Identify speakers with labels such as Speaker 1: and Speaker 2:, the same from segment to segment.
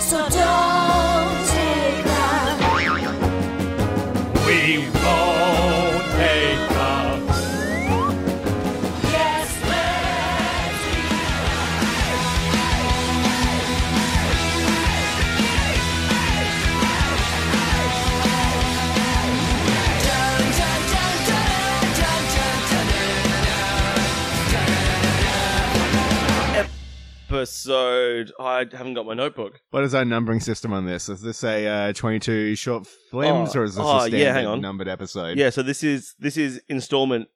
Speaker 1: So don't take that.
Speaker 2: We won't take the
Speaker 1: Yes, let's
Speaker 3: episode. I haven't got my notebook.
Speaker 4: What is our numbering system on this? Is this a uh, 22 short films
Speaker 3: Oh,
Speaker 4: or is this
Speaker 3: oh,
Speaker 4: a
Speaker 3: yeah,
Speaker 4: standard
Speaker 3: hang on.
Speaker 4: numbered episode?
Speaker 3: Yeah, so this is this is installment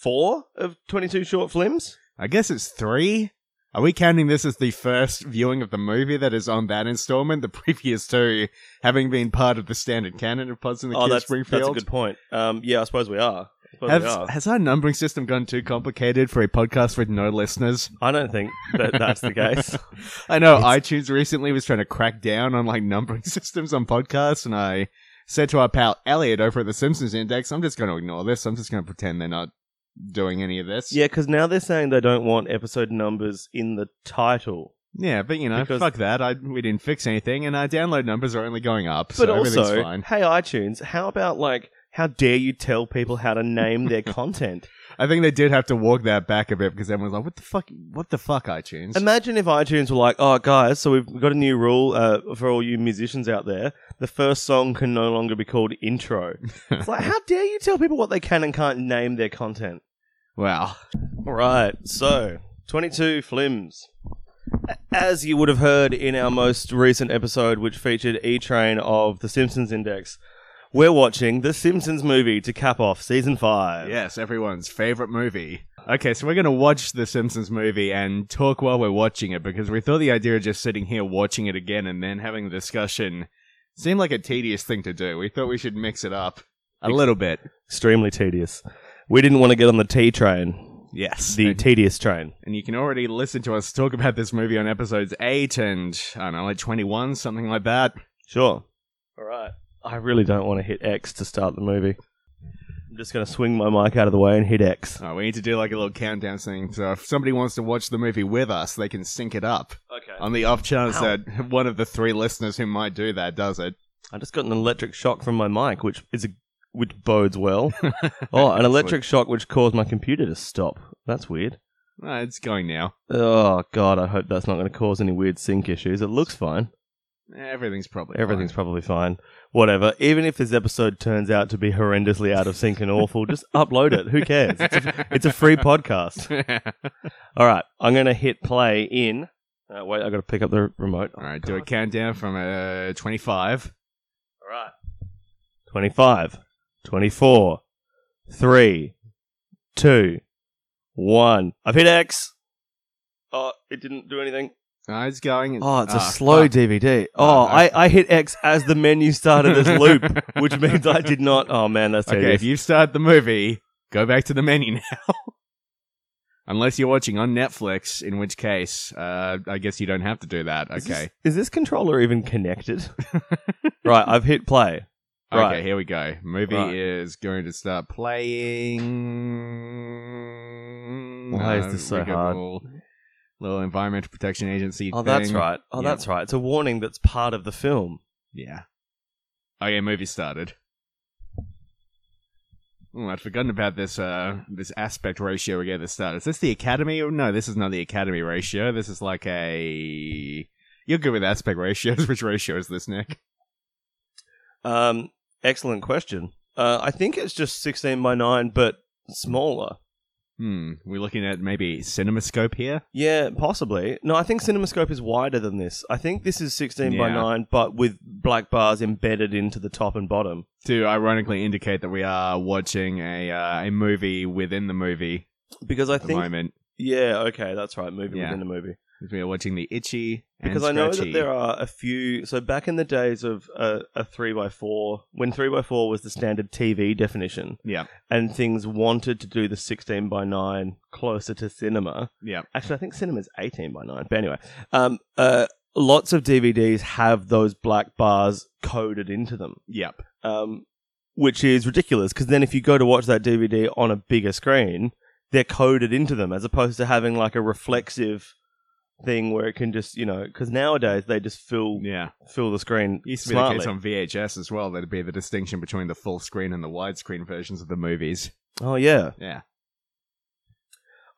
Speaker 3: four of twenty two short films.
Speaker 4: I guess it's three. Are we counting this as the first viewing of the movie that is on that installment? The previous two having been part of the standard canon of Pods in the
Speaker 3: oh,
Speaker 4: Kid
Speaker 3: that's
Speaker 4: Springfield.
Speaker 3: that's a good point. Um, yeah, I suppose we are. I suppose we are.
Speaker 4: Have, has our numbering system gone too complicated for a podcast with no listeners?
Speaker 3: I don't think that that's the case.
Speaker 4: I know iTunes recently was trying to crack down on like numbering systems on podcasts, and I said to our pal Elliot over at the Simpsons Index, "I'm just going to ignore this. I'm just going to pretend they're not doing any of this."
Speaker 3: yeah, because now they're saying they don't want episode numbers in the title.
Speaker 4: yeah, but you know,
Speaker 3: Because-
Speaker 4: fuck that. I we didn't fix anything, and our download numbers are only going up,
Speaker 3: But
Speaker 4: so
Speaker 3: also,
Speaker 4: everything's fine.
Speaker 3: hey iTunes, how about like how dare you tell people how to name their content?
Speaker 4: I think they did have to walk that back a bit because everyone's like, "What the fuck? What the fuck, iTunes?"
Speaker 3: Imagine if iTunes were like, "Oh, guys, so we've got a new rule uh, for all you musicians out there: the first song can no longer be called intro." it's like, how dare you tell people what they can and can't name their content?
Speaker 4: wow.
Speaker 3: All right, so twenty-two flims. As you would have heard in our most recent episode, which featured E Train of the Simpsons Index, we're watching the Simpsons movie to cap off season five.
Speaker 4: Yes, everyone's favorite movie. Okay, so we're going to watch The Simpsons movie and talk while we're watching it because we thought the idea of just sitting here watching it again and then having the discussion seemed like a tedious thing to do. We thought we should mix it up a little bit.
Speaker 3: extremely tedious. We didn't want to get on the T train,
Speaker 4: Yes.
Speaker 3: the tedious train.
Speaker 4: and you can already listen to us talk about this movie on episodes 8 and, I don't know, like 21, something like that.
Speaker 3: Sure. All right. I really don't want to hit X to start the movie. I'm just going to swing my mic out of the way and hit X.
Speaker 4: Oh, we need to do like a little countdown thing. So if somebody wants to watch the movie with us, they can sync it up.
Speaker 3: Okay.
Speaker 4: On the off chance
Speaker 3: Ow.
Speaker 4: that one of the three listeners who might do that does it.
Speaker 3: I just got an electric shock from my mic, which is a which bodes well. oh, an electric shock which caused my computer to stop. That's weird.
Speaker 4: Uh, it's going now.
Speaker 3: Oh god, I hope that's not going to cause any weird sync issues. It looks fine.
Speaker 4: Everything's probably
Speaker 3: Everything's
Speaker 4: fine.
Speaker 3: probably fine. Whatever. Even if this episode turns out to be horrendously out of sync and awful, just upload it. Who cares? It's a, it's a free podcast. All right, I'm going to hit play in. Uh, wait, I got to pick up the remote.
Speaker 4: All right, do a countdown from uh, 25.
Speaker 3: All right. 25, 24, 3, 2, 1. I've hit X. Oh, it didn't do anything.
Speaker 4: Oh, it's going.
Speaker 3: Oh, it's
Speaker 4: Ah,
Speaker 3: a slow
Speaker 4: fuck.
Speaker 3: DVD.
Speaker 4: Oh,
Speaker 3: Oh,
Speaker 4: no.
Speaker 3: I, I hit X as the menu started this loop, which means I did not. Oh, man, that's
Speaker 4: Okay,
Speaker 3: tedious.
Speaker 4: if you start the movie, go back to the menu now. Unless you're watching on Netflix, in which case, uh, I guess you don't have to do that.
Speaker 3: Is this-
Speaker 4: Okay.
Speaker 3: Is this controller even connected? right, I've hit play. right.
Speaker 4: Okay, here we go. Movie
Speaker 3: Right.
Speaker 4: is going to start playing.
Speaker 3: Why is this so
Speaker 4: we got a
Speaker 3: hard?
Speaker 4: Little, little Environmental Protection Agency.
Speaker 3: Oh, that's
Speaker 4: thing.
Speaker 3: right. Oh,
Speaker 4: Yeah.
Speaker 3: that's right. It's a warning that's part of the film.
Speaker 4: Yeah. Oh yeah, movie started. Oh, I'd forgotten about this uh this aspect ratio we gave the start. Is this the Academy? Oh, No, this is not the Academy ratio. This is like a you're good with aspect ratios. Which ratio is this, Nick?
Speaker 3: Um, excellent question. Uh, I think it's just 16 by 9, but smaller.
Speaker 4: Hmm. We're looking at maybe CinemaScope here.
Speaker 3: Yeah, possibly. No, I think CinemaScope is wider than this. I think this is 16 by
Speaker 4: Yeah.
Speaker 3: 9, but with black bars embedded into the top and bottom.
Speaker 4: To ironically indicate that we are watching a uh, a movie within the movie
Speaker 3: Because I
Speaker 4: at the
Speaker 3: think.
Speaker 4: moment.
Speaker 3: Yeah, okay, that's right. Movie
Speaker 4: Yeah.
Speaker 3: within a movie.
Speaker 4: We are watching the Itchy and
Speaker 3: because I know that
Speaker 4: Scratchy.
Speaker 3: there are a few. So back in the days of uh, a three by four, when three by four was the standard TV definition,
Speaker 4: Yeah.
Speaker 3: and things wanted to do the sixteen by nine closer to cinema.
Speaker 4: Yeah.
Speaker 3: Actually, I think cinema's eighteen by nine. But anyway, um, uh, lots of DVDs have those black bars coded into them
Speaker 4: Yep.
Speaker 3: um, which is ridiculous because then if you go to watch that DVD on a bigger screen, they're coded into them as opposed to having like a reflexive thing where it can just you know because nowadays they just fill
Speaker 4: Yeah.
Speaker 3: fill the screen
Speaker 4: Used to be
Speaker 3: smartly.
Speaker 4: the case on VHS as well. There'd be the distinction between the full screen and the widescreen versions of the movies.
Speaker 3: oh yeah,
Speaker 4: Yeah.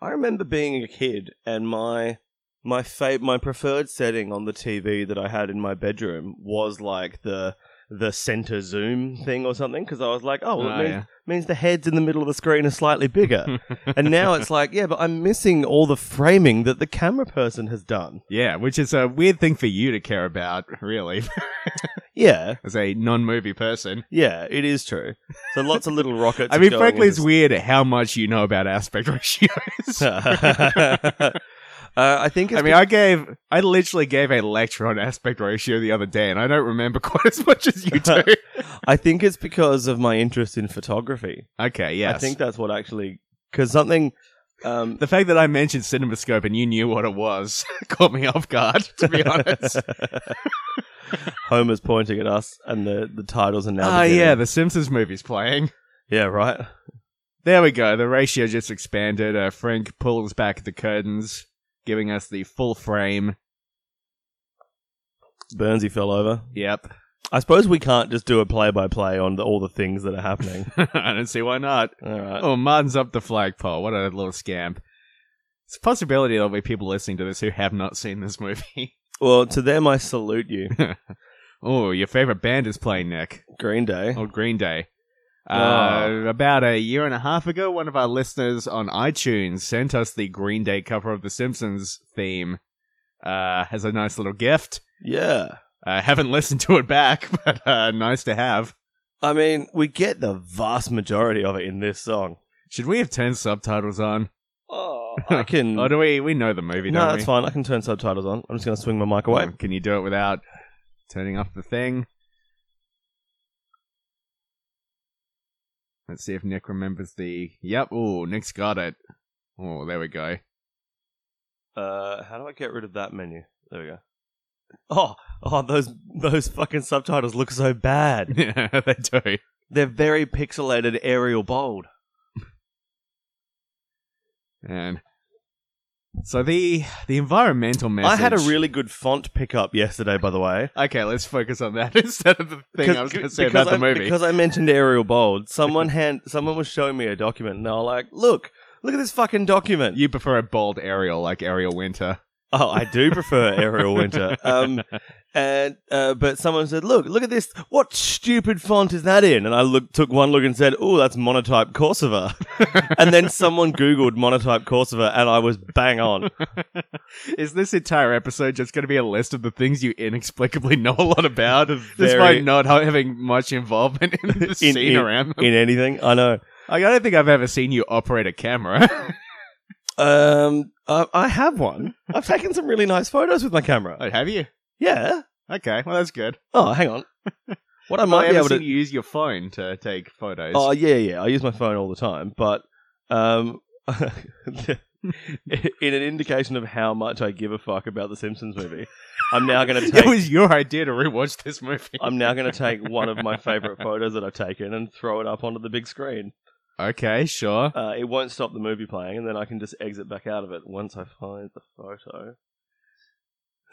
Speaker 3: I remember being a kid and my my fa- my preferred setting on the TV that I had in my bedroom was like the the center zoom thing or something because I was like, oh, well, it
Speaker 4: Oh,
Speaker 3: means,
Speaker 4: yeah.
Speaker 3: means the heads in the middle of the screen are slightly bigger. and now it's like, yeah, but I'm missing all the framing that the camera person has done.
Speaker 4: Yeah, which is a weird thing for you to care about, really,
Speaker 3: Yeah,
Speaker 4: as a non movie person.
Speaker 3: yeah, it is true. So lots of little rockets.
Speaker 4: I mean,
Speaker 3: going
Speaker 4: frankly, it's
Speaker 3: into-
Speaker 4: weird how much you know about aspect ratios.
Speaker 3: uh, I think. It's
Speaker 4: I mean, I gave, I literally gave a lecture on aspect ratio the other day, and I don't remember quite as much as you do.
Speaker 3: I think it's because of my interest in photography.
Speaker 4: okay, yes.
Speaker 3: I think that's what actually because something. Um,
Speaker 4: the fact that I mentioned CinemaScope and you knew what it was caught me off guard, to be honest.
Speaker 3: Homer's pointing at us, and the the titles are now.
Speaker 4: Oh,
Speaker 3: beginning.
Speaker 4: yeah, the Simpsons movie's playing.
Speaker 3: yeah, right.
Speaker 4: There we go. The ratio just expanded. Uh, Frank pulls back the curtains, giving us the full frame.
Speaker 3: Burnsy fell over.
Speaker 4: Yep.
Speaker 3: I suppose we can't just do a play by play on the, all the things that are happening.
Speaker 4: I don't see why not.
Speaker 3: all right.
Speaker 4: Oh, Martin's up the flagpole. What a little scamp. It's a possibility there'll be people listening to this who have not seen this movie.
Speaker 3: Well, to them I salute you,
Speaker 4: oh, your favorite band is playing, Nick.
Speaker 3: Green Day.
Speaker 4: Oh, Green Day. Uh,
Speaker 3: Wow.
Speaker 4: about a year and a half ago, one of our listeners on iTunes sent us the Green Day cover of the Simpsons theme uh, as a nice little gift.
Speaker 3: Yeah.
Speaker 4: I haven't listened to it back, but uh, nice to have.
Speaker 3: I mean, we get the vast majority of it in this song.
Speaker 4: Should we have turned subtitles on?
Speaker 3: Oh, I can.
Speaker 4: Or do we? We know the movie,
Speaker 3: no,
Speaker 4: don't
Speaker 3: that's
Speaker 4: we?
Speaker 3: fine. I can turn subtitles on. I'm just going to swing my mic away.
Speaker 4: Um, Can you do it without turning off the thing? Let's see if Nick remembers the. Yep. Oh, Nick's got it. Oh, there we go.
Speaker 3: Uh, how do I get rid of that menu? There we go. Oh, oh, those those fucking subtitles look so bad.
Speaker 4: Yeah, they do.
Speaker 3: They're very pixelated, Arial bold.
Speaker 4: And so the the environmental message.
Speaker 3: I had a really good font pickup yesterday, by the way.
Speaker 4: Okay, let's focus on that instead of the thing I was going to say
Speaker 3: because
Speaker 4: about the
Speaker 3: I-
Speaker 4: movie.
Speaker 3: Because I mentioned Arial bold, someone hand someone was showing me a document, and they were like, "Look, look at this fucking document."
Speaker 4: You prefer a bold Ariel like Ariel Winter.
Speaker 3: Oh, I do prefer Arial Winter. Um, and uh, but someone said, "Look, look at this! What stupid font is that in?" And I look, took one look and said, "Oh, that's Monotype Corsiva." and then someone Googled Monotype Corsiva, and I was bang on.
Speaker 4: Is this entire episode just going to be a list of the things you inexplicably know a lot about,
Speaker 3: very-
Speaker 4: despite not ha- having much involvement in the
Speaker 3: In-
Speaker 4: scene
Speaker 3: in-
Speaker 4: around them?
Speaker 3: In anything, I know.
Speaker 4: Like, I don't think I've ever seen you operate a camera.
Speaker 3: Um, I, I have one. I've taken some really nice photos with my camera.
Speaker 4: oh, have you?
Speaker 3: Yeah.
Speaker 4: Okay, well that's good.
Speaker 3: Oh, hang on. What I
Speaker 4: Well, I
Speaker 3: might be
Speaker 4: haven't
Speaker 3: able
Speaker 4: seen
Speaker 3: to.
Speaker 4: you use your phone to take photos.
Speaker 3: Oh yeah, yeah. I use my phone all the time, but um, in an indication of how much I give a fuck about the Simpsons movie, I'm now going to
Speaker 4: it
Speaker 3: take.
Speaker 4: was your idea to rewatch this movie.
Speaker 3: I'm now going to take one of my favorite photos that I've taken and throw it up onto the big screen.
Speaker 4: okay, sure.
Speaker 3: Uh, it won't stop the movie playing, and then I can just exit back out of it once I find the photo.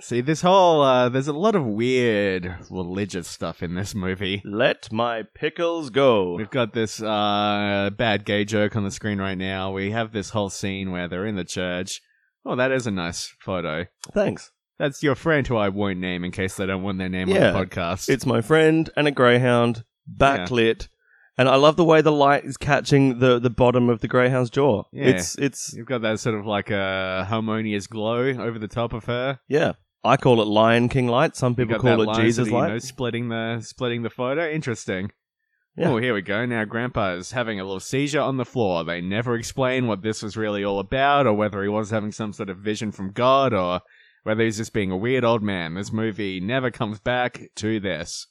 Speaker 4: See, this whole uh, there's a lot of weird religious stuff in this movie.
Speaker 3: Let my pickles go.
Speaker 4: We've got this uh, bad gay joke on the screen right now. We have this whole scene where they're in the church. Oh, that is a nice photo.
Speaker 3: Thanks.
Speaker 4: That's your friend who I won't name in case they don't want their name
Speaker 3: Yeah.
Speaker 4: on the podcast.
Speaker 3: It's my friend and a greyhound, backlit, and I love the way the light is catching the, the bottom of the greyhound's jaw.
Speaker 4: Yeah.
Speaker 3: It's it's
Speaker 4: You've got that sort of like a harmonious glow over the top of her.
Speaker 3: yeah. I call it Lion King light. Some
Speaker 4: You've
Speaker 3: people
Speaker 4: got
Speaker 3: call
Speaker 4: that
Speaker 3: it
Speaker 4: line
Speaker 3: Jesus
Speaker 4: sort of, you
Speaker 3: light.
Speaker 4: know, splitting the splitting the photo. Interesting.
Speaker 3: Yeah.
Speaker 4: Oh, here we go. Now Grandpa's having a little seizure on the floor. They never explain what this was really all about, or whether he was having some sort of vision from God, or whether he's just being a weird old man. This movie never comes back to this.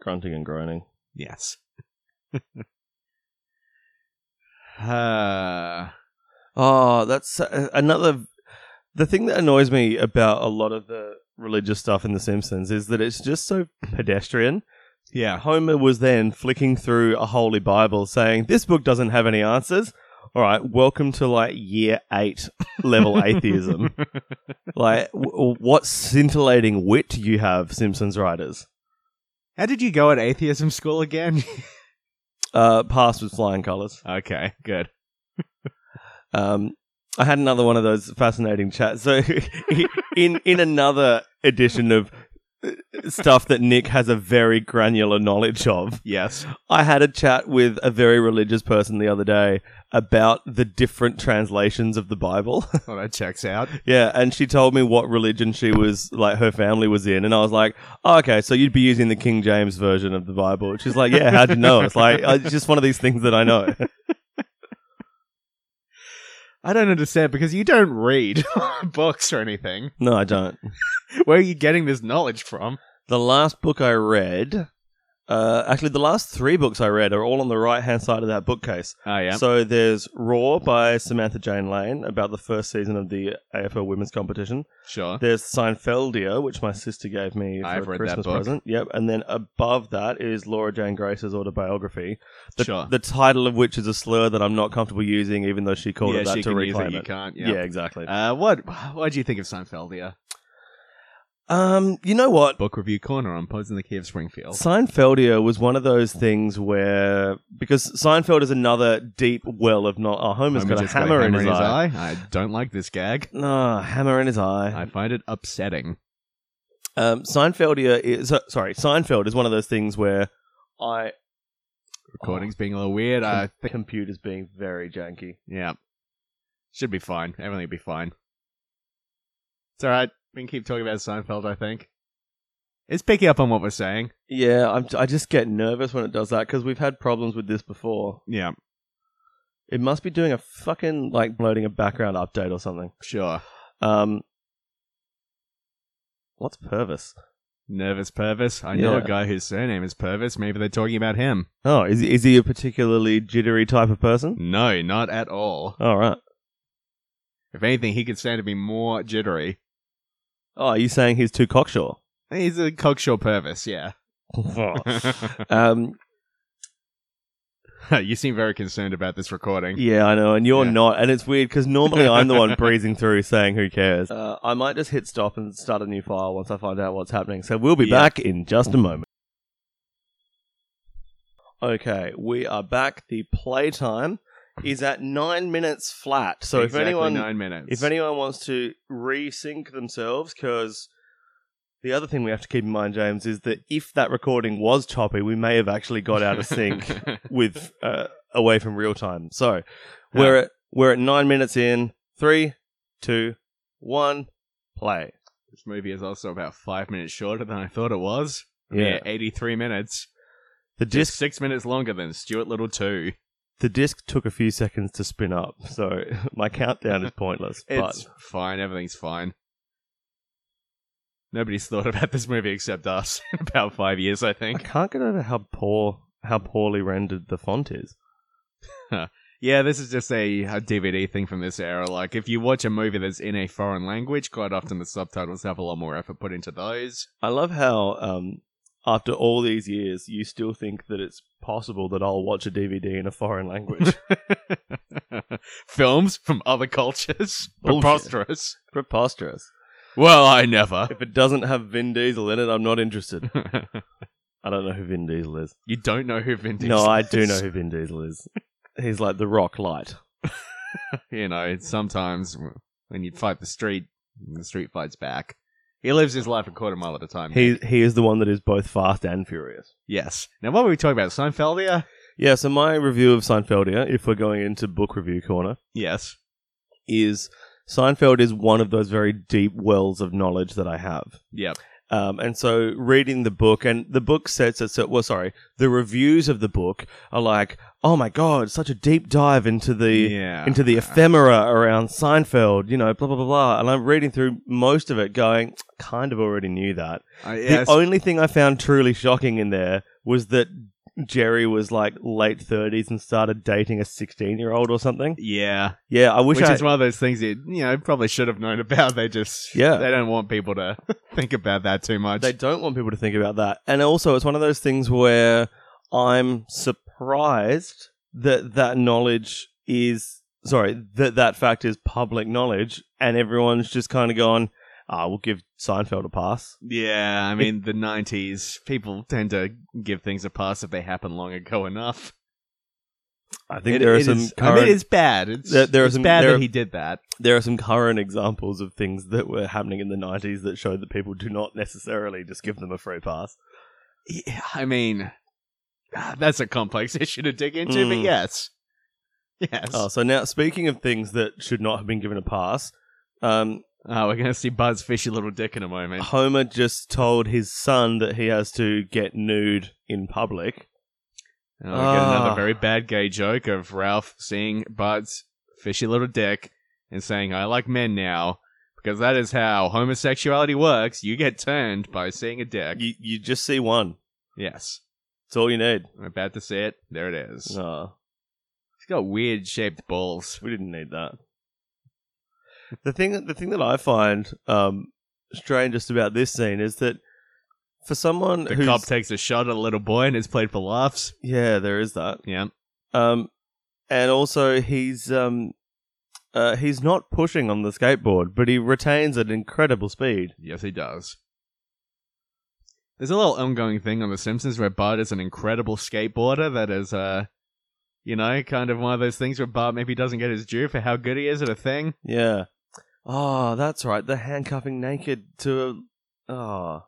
Speaker 3: Grunting and groaning.
Speaker 4: Yes. uh,
Speaker 3: Oh, that's uh, another. The thing that annoys me about a lot of the religious stuff in The Simpsons is that it's just so pedestrian.
Speaker 4: yeah.
Speaker 3: Homer was then flicking through a holy Bible saying, This book doesn't have any answers. all right, welcome to like year eight level atheism. like, w- what scintillating wit you have, Simpsons writers.
Speaker 4: How did you go at atheism school again?
Speaker 3: Uh, passed with flying colors.
Speaker 4: okay, good.
Speaker 3: Um, I had another one of those fascinating chats. So, in in another edition of uh, stuff that Nick has a very granular knowledge of,
Speaker 4: Yes.
Speaker 3: I had a chat with a very religious person the other day about the different translations of the Bible.
Speaker 4: Well, that checks out.
Speaker 3: yeah, and she told me what religion she was like her family was in, and I was like, oh, "Okay, so you'd be using the King James version of the Bible." She's like, "Yeah, how'd you know?" It's like uh, it's just one of these things that I know.
Speaker 4: I don't understand because you don't read books or anything.
Speaker 3: No, I don't.
Speaker 4: Where are you getting this knowledge from?
Speaker 3: The last book I read, uh, actually, the last three books I read are all on the right hand side of that bookcase.
Speaker 4: Oh, yeah.
Speaker 3: So there's Raw by Samantha Jane Lane about the first season of the AFL women's competition.
Speaker 4: sure.
Speaker 3: There's Seinfeldia, which my sister gave me for
Speaker 4: I've
Speaker 3: a
Speaker 4: read that
Speaker 3: Christmas
Speaker 4: book.
Speaker 3: present. Yep, and then above that is Laura Jane Grace's autobiography. The,
Speaker 4: Sure.
Speaker 3: the title of which is a slur that I'm not comfortable using, even though she called
Speaker 4: yeah,
Speaker 3: it that
Speaker 4: she
Speaker 3: to
Speaker 4: can use
Speaker 3: reclaim
Speaker 4: it. You
Speaker 3: it.
Speaker 4: can't.
Speaker 3: Yeah, exactly.
Speaker 4: Uh, what What do you think of Seinfeldia?
Speaker 3: um, you know what?
Speaker 4: Book review corner on Pods in the Key of Springfield.
Speaker 3: Seinfeldia was one of those things where because Seinfeld is another deep well of not. Oh, Homer's
Speaker 4: Homer
Speaker 3: got a
Speaker 4: just got
Speaker 3: hammer in his, eye.
Speaker 4: I don't like this gag.
Speaker 3: No, hammer in his eye.
Speaker 4: I find it upsetting.
Speaker 3: Um, Seinfeldia is uh, sorry. Seinfeld is one of those things where I
Speaker 4: Recordings being a little weird. I
Speaker 3: the computer's being very janky.
Speaker 4: yeah, should be fine. Everything will be fine. It's all right. We can keep talking about Seinfeld. I think it's picking up on what we're saying.
Speaker 3: Yeah, I'm, I just get nervous when it does that because we've had problems with this before.
Speaker 4: Yeah,
Speaker 3: It must be doing a fucking like loading a background update or something.
Speaker 4: sure.
Speaker 3: Um, what's Purvis?
Speaker 4: Nervous Purvis. I know
Speaker 3: Yeah.
Speaker 4: a guy whose surname is Purvis. Maybe they're talking about him.
Speaker 3: Oh, is is he a particularly jittery type of person?
Speaker 4: No, not at all.
Speaker 3: All right.
Speaker 4: If anything, he could stand to be more jittery.
Speaker 3: Oh, are you saying he's too cocksure?
Speaker 4: He's a cocksure Purvis. Yeah.
Speaker 3: um,
Speaker 4: you seem very concerned about this recording.
Speaker 3: yeah, I know, and you're
Speaker 4: Yeah.
Speaker 3: not, and it's weird because normally I'm the one breezing through, saying who cares. Uh, I might just hit stop and start a new file once I find out what's happening. So we'll be
Speaker 4: Yeah.
Speaker 3: back in just a moment. Okay, we are back. The playtime is at nine minutes flat. So
Speaker 4: Exactly
Speaker 3: if anyone
Speaker 4: nine minutes.
Speaker 3: If anyone wants to resync themselves, because the other thing we have to keep in mind, James, is that if that recording was choppy, we may have actually got out of sync with uh, away from real time. So we're at, we're at nine minutes in. Three, two, one, play.
Speaker 4: this movie is also about five minutes shorter than I thought it was.
Speaker 3: Yeah.
Speaker 4: eighty-three minutes.
Speaker 3: The
Speaker 4: Just
Speaker 3: disc
Speaker 4: six minutes longer than Stuart Little Two.
Speaker 3: the disc took a few seconds to spin up, so my countdown is pointless. but
Speaker 4: It's fine. Everything's fine. Nobody's thought about this movie except us in about five years, I
Speaker 3: I
Speaker 4: think.
Speaker 3: can't get over how poor how poorly rendered the font is.
Speaker 4: Yeah, this is just a, a DVD thing from this era. Like, if you watch a movie that's in a foreign language, quite often the subtitles have a lot more effort put into those.
Speaker 3: I love how um, after all these years, you still think that it's possible that I'll watch a DVD in a foreign language.
Speaker 4: Films from other cultures?
Speaker 3: Bullshit.
Speaker 4: Preposterous.
Speaker 3: Preposterous.
Speaker 4: Well, I never.
Speaker 3: If it doesn't have Vin Diesel in it, I'm not interested. I don't know who Vin Diesel is.
Speaker 4: you don't know who Vin Diesel
Speaker 3: No, I
Speaker 4: is.
Speaker 3: do know who Vin Diesel is. He's like the Rock Light.
Speaker 4: You know, sometimes when you fight the street, the street fights back. He lives his life a quarter mile at a time.
Speaker 3: He he is the one that is both fast and furious.
Speaker 4: yes. Now, what were we talking about? Seinfeldia?
Speaker 3: Yeah. So my review of Seinfeldia, if we're going into book review corner,
Speaker 4: Yes.
Speaker 3: is Seinfeld is one of those very deep wells of knowledge that I have.
Speaker 4: Yep.
Speaker 3: Um, and so reading the book, and the book says it's a, well, sorry, the reviews of the book are like, oh my god, such a deep dive into the
Speaker 4: yeah. Uh,
Speaker 3: into the ephemera around Seinfeld, you know, blah blah blah blah. And I'm reading through most of it, going, kind of already knew that.
Speaker 4: I- uh, yes.
Speaker 3: The only thing I found truly shocking in there was that Jerry was like late 30s and started dating a 16 year old or something.
Speaker 4: yeah.
Speaker 3: Yeah, I wish
Speaker 4: which
Speaker 3: I,
Speaker 4: is one of those things that you know probably should have known about. They just
Speaker 3: Yeah.
Speaker 4: they don't want people to think about that too much.
Speaker 3: They don't want people to think about that. And also, it's one of those things where I'm surprised that that knowledge is sorry that that fact is public knowledge, and everyone's just kind of gone. Ah, we'll give Seinfeld a pass.
Speaker 4: Yeah, I mean, the 90s, people tend to give things a pass if they happen long ago enough.
Speaker 3: I think
Speaker 4: It-
Speaker 3: there are
Speaker 4: it
Speaker 3: some
Speaker 4: is- I
Speaker 3: current,
Speaker 4: mean, it's bad. It's,
Speaker 3: There- there are
Speaker 4: it's
Speaker 3: some-
Speaker 4: bad
Speaker 3: there-
Speaker 4: that he did that.
Speaker 3: there are some current examples of things that were happening in the '90s that show that people do not necessarily just give them a free pass.
Speaker 4: Yeah, I mean, ah, that's a complex issue to dig into, but
Speaker 3: Mm.
Speaker 4: yes. Yes.
Speaker 3: Oh,
Speaker 4: Oh,
Speaker 3: so now speaking of things that should not have been given a pass, um,
Speaker 4: Uh, we're going to see Bud's fishy little dick in a moment.
Speaker 3: Homer just told his son that he has to get nude in public.
Speaker 4: Oh, we get another
Speaker 3: Ah.
Speaker 4: very bad gay joke of Ralph seeing Bud's fishy little dick and saying, I like men now, because that is how homosexuality works. You get turned by seeing a dick.
Speaker 3: You you just see one.
Speaker 4: yes.
Speaker 3: It's all you need.
Speaker 4: I'm about to say it. There it is.
Speaker 3: No,
Speaker 4: He's got weird shaped balls.
Speaker 3: we didn't need that. The thing the thing that I find um, strangest about this scene is that for someone
Speaker 4: The
Speaker 3: who's
Speaker 4: cop takes a shot at a little boy and it's played for laughs.
Speaker 3: yeah, there is that.
Speaker 4: Yeah.
Speaker 3: Um, and also he's um, uh, he's not pushing on the skateboard, but he retains at incredible speed.
Speaker 4: Yes, he does. There's a little ongoing thing on The Simpsons where Bart is an incredible skateboarder that is, uh, you know, kind of one of those things where Bart maybe doesn't get his due for how good he is at a thing.
Speaker 3: Yeah. Oh, that's right. The handcuffing naked to a. Oh.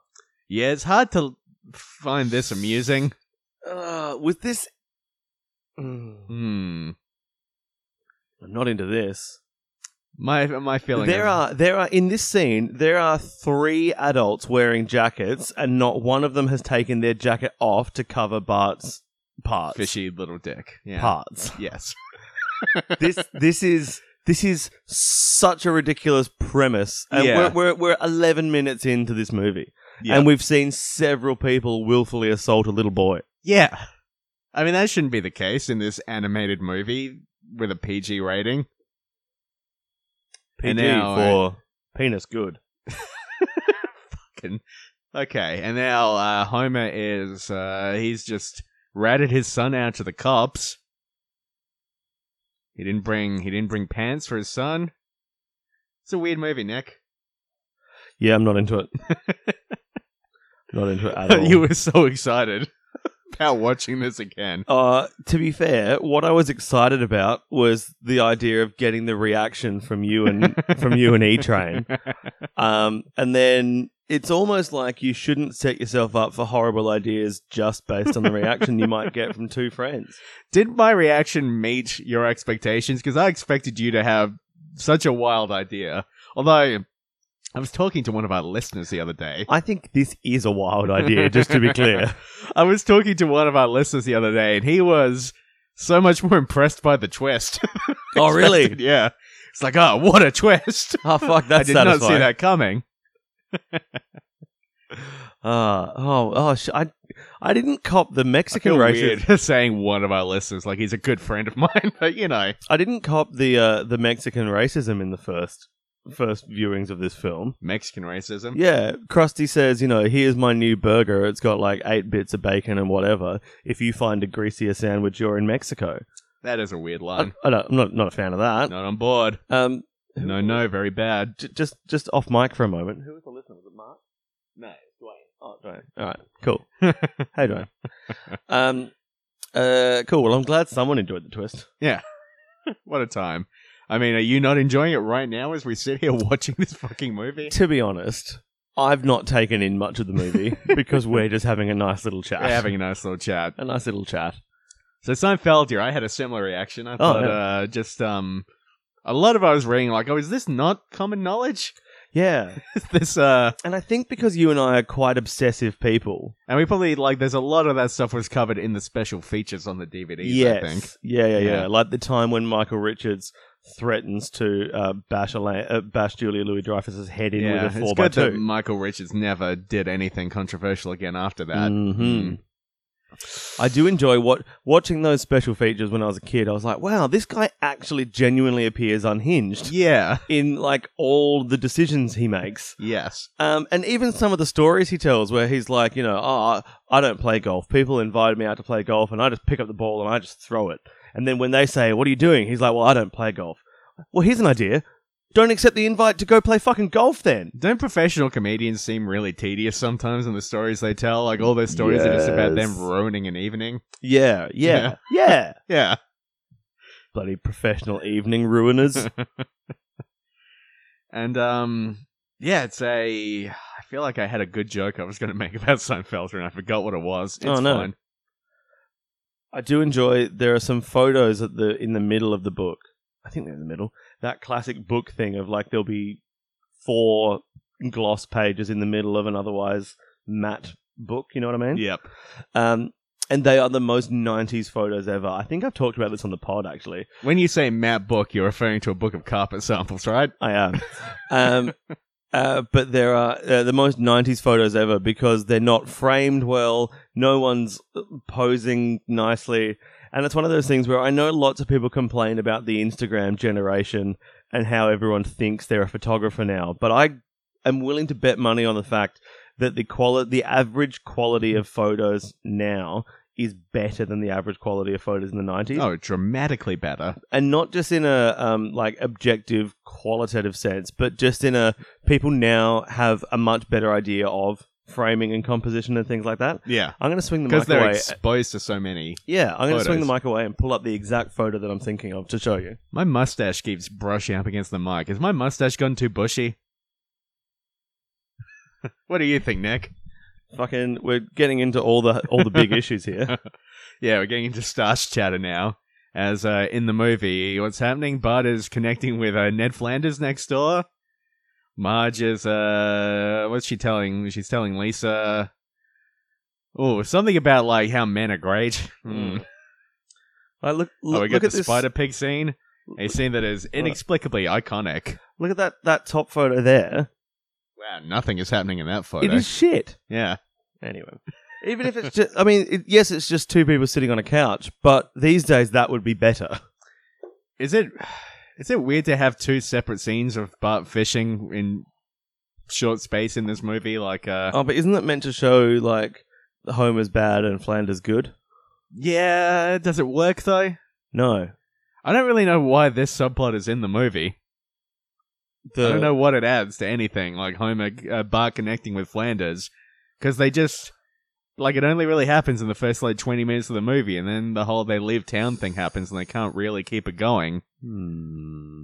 Speaker 4: Yeah, it's hard to find this amusing.
Speaker 3: Uh, with this. Mm,
Speaker 4: Hmm.
Speaker 3: I'm not into this.
Speaker 4: My my feeling.
Speaker 3: There
Speaker 4: of-
Speaker 3: are there are in this scene there are three adults wearing jackets and not one of them has taken their jacket off to cover Bart's parts.
Speaker 4: fishy little dick. Yeah.
Speaker 3: parts.
Speaker 4: Yes.
Speaker 3: this this is this is such a ridiculous premise. And
Speaker 4: Yeah.
Speaker 3: we're, we're we're 11 minutes into this movie
Speaker 4: Yeah.
Speaker 3: and we've seen several people willfully assault a little boy.
Speaker 4: Yeah. I mean, that shouldn't be the case in this animated movie with a PG rating.
Speaker 3: PG
Speaker 4: And now,
Speaker 3: for penis good.
Speaker 4: Fucking. Okay, and now uh, Homer is, uh, he's just ratted his son out to the cops. He didn't bring, he didn't bring pants for his son. It's a weird movie, Nick.
Speaker 3: Yeah, I'm not into it. not into it at all.
Speaker 4: you were so excited about watching this again.
Speaker 3: uh, to be fair, what I was excited about was the idea of getting the reaction from you and from you and E Train. Um, and then it's almost like you shouldn't set yourself up for horrible ideas just based on the reaction you might get from two friends.
Speaker 4: Did my reaction meet your expectations? Because I expected you to have such a wild idea. Although I was talking to one of our listeners the other day.
Speaker 3: I think this is a wild idea, just to be clear.
Speaker 4: I was talking to one of our listeners the other day, and he was so much more impressed by the twist.
Speaker 3: oh, really?
Speaker 4: Expected, yeah. It's like, oh, what a twist!
Speaker 3: Oh, fuck,
Speaker 4: I
Speaker 3: that's
Speaker 4: did
Speaker 3: satisfying.
Speaker 4: not see that coming.
Speaker 3: Uh, oh, oh, sh- I, I didn't cop the
Speaker 4: I
Speaker 3: Mexican
Speaker 4: feel
Speaker 3: racism.
Speaker 4: weird saying one of our listeners, like he's a good friend of mine, but you know,
Speaker 3: I didn't cop the uh, the Mexican racism in the first first viewings of this film.
Speaker 4: Mexican racism.
Speaker 3: Yeah, Krusty says, you know, here's my new burger. It's got like eight bits of bacon and whatever. If you find a greasier sandwich, you're in Mexico.
Speaker 4: That is a weird line.
Speaker 3: I, I don't, I'm not not a fan of that.
Speaker 4: Not on board.
Speaker 3: Um,
Speaker 4: No, no, very bad.
Speaker 3: j- just just off mic for a moment. Who was the listener? Was it Mark? No, Dwayne. Oh, Dwayne. All right, cool. hey, Dwayne. Um, uh, cool. Well, I'm glad someone enjoyed the twist.
Speaker 4: What a time. I mean, are you not enjoying it right now as we sit here watching this fucking movie?
Speaker 3: To be honest, I've not taken in much of the movie because we're just having a nice little chat.
Speaker 4: We're having a nice little chat.
Speaker 3: a nice little chat. Oh,
Speaker 4: So Seinfeld here, I had a similar reaction. I thought
Speaker 3: yeah.
Speaker 4: uh, just um, a lot of I was reading like, oh, is this not common knowledge?
Speaker 3: Yeah,
Speaker 4: Is this uh,
Speaker 3: and I think because you and I are quite obsessive people.
Speaker 4: and we probably like there's a lot of that stuff was covered in the special features on the DVDs. I think.
Speaker 3: Yeah, yeah, yeah,
Speaker 4: Yeah.
Speaker 3: Like the time when Michael Richards threatens to uh, bash Elaine, uh, bash Julia Louis Dreyfus's head in
Speaker 4: Yeah,
Speaker 3: with a four
Speaker 4: it's
Speaker 3: by
Speaker 4: good that
Speaker 3: two.
Speaker 4: Michael Richards never did anything controversial again after that. Hmm.
Speaker 3: Mhm. I do enjoy what watching those special features when I was a kid. I was like, wow, this guy actually genuinely appears unhinged
Speaker 4: Yeah.
Speaker 3: in like all the decisions he makes.
Speaker 4: Yes.
Speaker 3: Um, and even some of the stories he tells, where he's like, you know, oh, I- I don't play golf. People invited me out to play golf, and I just pick up the ball and I just throw it. And then when they say, What are you doing? He's like, Well, I don't play golf. Well, here's an idea. Don't accept the invite to go play fucking golf then.
Speaker 4: Don't professional comedians seem really tedious sometimes in the stories they tell? Like all their stories are just about them
Speaker 3: Yes.
Speaker 4: ruining an evening.
Speaker 3: Yeah, yeah, yeah.
Speaker 4: Yeah.
Speaker 3: Bloody professional evening ruiners.
Speaker 4: And um yeah, it's a I feel like I had a good joke I was gonna make about Seinfeld and I forgot what it was. It's
Speaker 3: Oh, no.
Speaker 4: fine.
Speaker 3: I do enjoy. There are some photos at the in the middle of the book. I think they're in the middle. That classic book thing of like there'll be four gloss pages in the middle of an otherwise matte book. You know what I mean?
Speaker 4: Yep.
Speaker 3: Um, and they are the most '90s photos ever. I think I've talked about this on the pod actually.
Speaker 4: When you say map book, you're referring to a book of carpet samples, right?
Speaker 3: I am. um, uh, but there are uh, the most 90s photos ever because they're not framed well. No one's posing nicely. And it's one of those things where I know lots of people complain about the Instagram generation and how everyone thinks they're a photographer now. But I am willing to bet money on the fact that the quali- the average quality of photos now is better than the average quality of photos in the 90s
Speaker 4: Oh, dramatically better.
Speaker 3: and not just in a um, like objective qualitative sense, but just in a people now have a much better idea of framing and composition and things like that.
Speaker 4: Yeah.
Speaker 3: I'm going to swing the
Speaker 4: Because
Speaker 3: mic
Speaker 4: they're
Speaker 3: away.
Speaker 4: exposed to so many.
Speaker 3: yeah, I'm going to swing the
Speaker 4: photos.
Speaker 3: mic away and pull up the exact photo that I'm thinking of to show you.
Speaker 4: My mustache keeps brushing up against the mic. Has my mustache gone too bushy? what do you think, Nick?
Speaker 3: Fucking, we're getting into all the all the big issues here.
Speaker 4: Yeah, we're getting into starch chatter now. As uh, in the movie, what's happening? Bart is connecting with uh, Ned Flanders next door. Marge is uh, what's she telling? She's telling Lisa. Oh, something about like how men are great. Hmm.
Speaker 3: Like, look,
Speaker 4: oh,
Speaker 3: look,
Speaker 4: we got
Speaker 3: look
Speaker 4: the
Speaker 3: at this.
Speaker 4: spider pig scene. A scene that is inexplicably iconic.
Speaker 3: Look at that that top photo there.
Speaker 4: Wow, nothing is happening in that photo.
Speaker 3: It is shit.
Speaker 4: Yeah,
Speaker 3: Anyway. Even if it's just, I mean, it, yes, it's just two people sitting on a couch, but these days that would be better.
Speaker 4: is it? Is it weird to have two separate scenes of Bart fishing in short space in this movie? Like, uh,
Speaker 3: Oh, but isn't that meant to show like Homer's bad and Flanders good?
Speaker 4: Yeah, does it work though?
Speaker 3: No,
Speaker 4: I don't really know why this subplot is in the movie. I don't know what it adds to anything, like Homer uh, Bart connecting with Flanders, because they just like it only really happens in the first like twenty minutes of the movie, and then the whole they leave town thing happens, and they can't really keep it going.
Speaker 3: Hmm.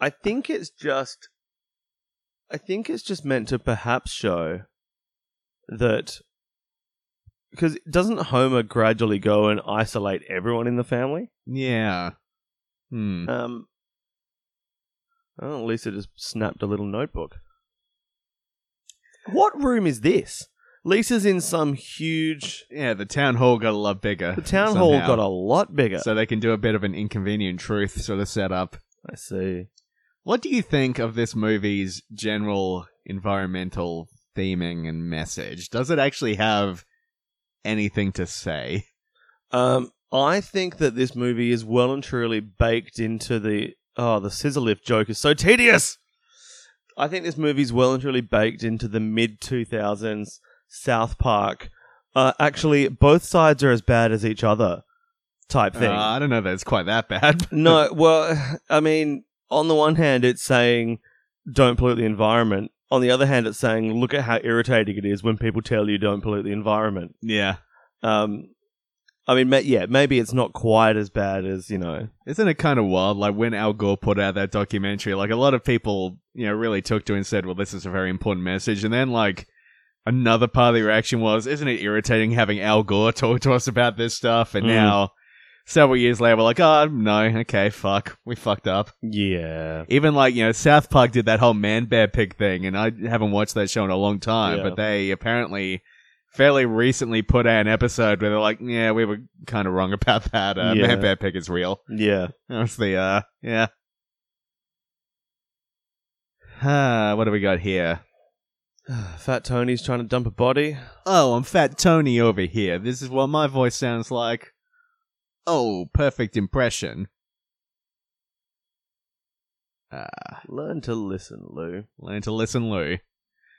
Speaker 3: I think it's just. I think it's just meant to perhaps show that. Because doesn't Homer gradually go and isolate everyone in the family?
Speaker 4: Yeah. Hmm.
Speaker 3: Um. Oh, Lisa just snapped a little notebook. What room is this? Lisa's in some huge.
Speaker 4: Yeah, the town hall got a lot bigger.
Speaker 3: The town hall
Speaker 4: somehow.
Speaker 3: got a lot bigger.
Speaker 4: so they can do a bit of an inconvenient truth sort of setup.
Speaker 3: I see.
Speaker 4: What do you think of this movie's general environmental theming and message? Does it actually have anything to say?
Speaker 3: Um, I think that this movie is well and truly baked into the oh the scissor lift joke is so tedious. I think this movie's well and truly baked into the mid two thousands South Park. Uh, actually, both sides are as bad as each other type thing.
Speaker 4: Uh, I don't know that it's quite that bad.
Speaker 3: no, well, I mean, on the one hand, it's saying don't pollute the environment. On the other hand, it's saying look at how irritating it is when people tell you don't pollute the environment.
Speaker 4: yeah.
Speaker 3: Um, I mean, ma- yeah, maybe it's not quite as bad as you know.
Speaker 4: Isn't it kind of wild? Like when Al Gore put out that documentary, like a lot of people, you know, really took to it and said, well, this is a very important message. And then, like, another part of the reaction was, isn't it irritating having Al Gore talk to us about this stuff? And
Speaker 3: Mm.
Speaker 4: now, several years later, we're like, oh, no, okay, fuck. We fucked up.
Speaker 3: Yeah,
Speaker 4: Even like you know, South Park did that whole man bear pig thing, and I haven't watched that show in a long time.
Speaker 3: Yeah.
Speaker 4: But they apparently fairly recently put out an episode where they're like, "Yeah, we were kind of wrong about that. Uh,
Speaker 3: Yeah.
Speaker 4: Man bear pig is real."
Speaker 3: yeah.
Speaker 4: That's the uh, yeah. Ah, what do we got here?
Speaker 3: Fat Tony's trying to dump a body.
Speaker 4: Oh, I'm Fat Tony over here. This is what my voice sounds like. Oh, perfect impression. Ah.
Speaker 3: Learn to listen, Lou.
Speaker 4: Learn to listen, Lou.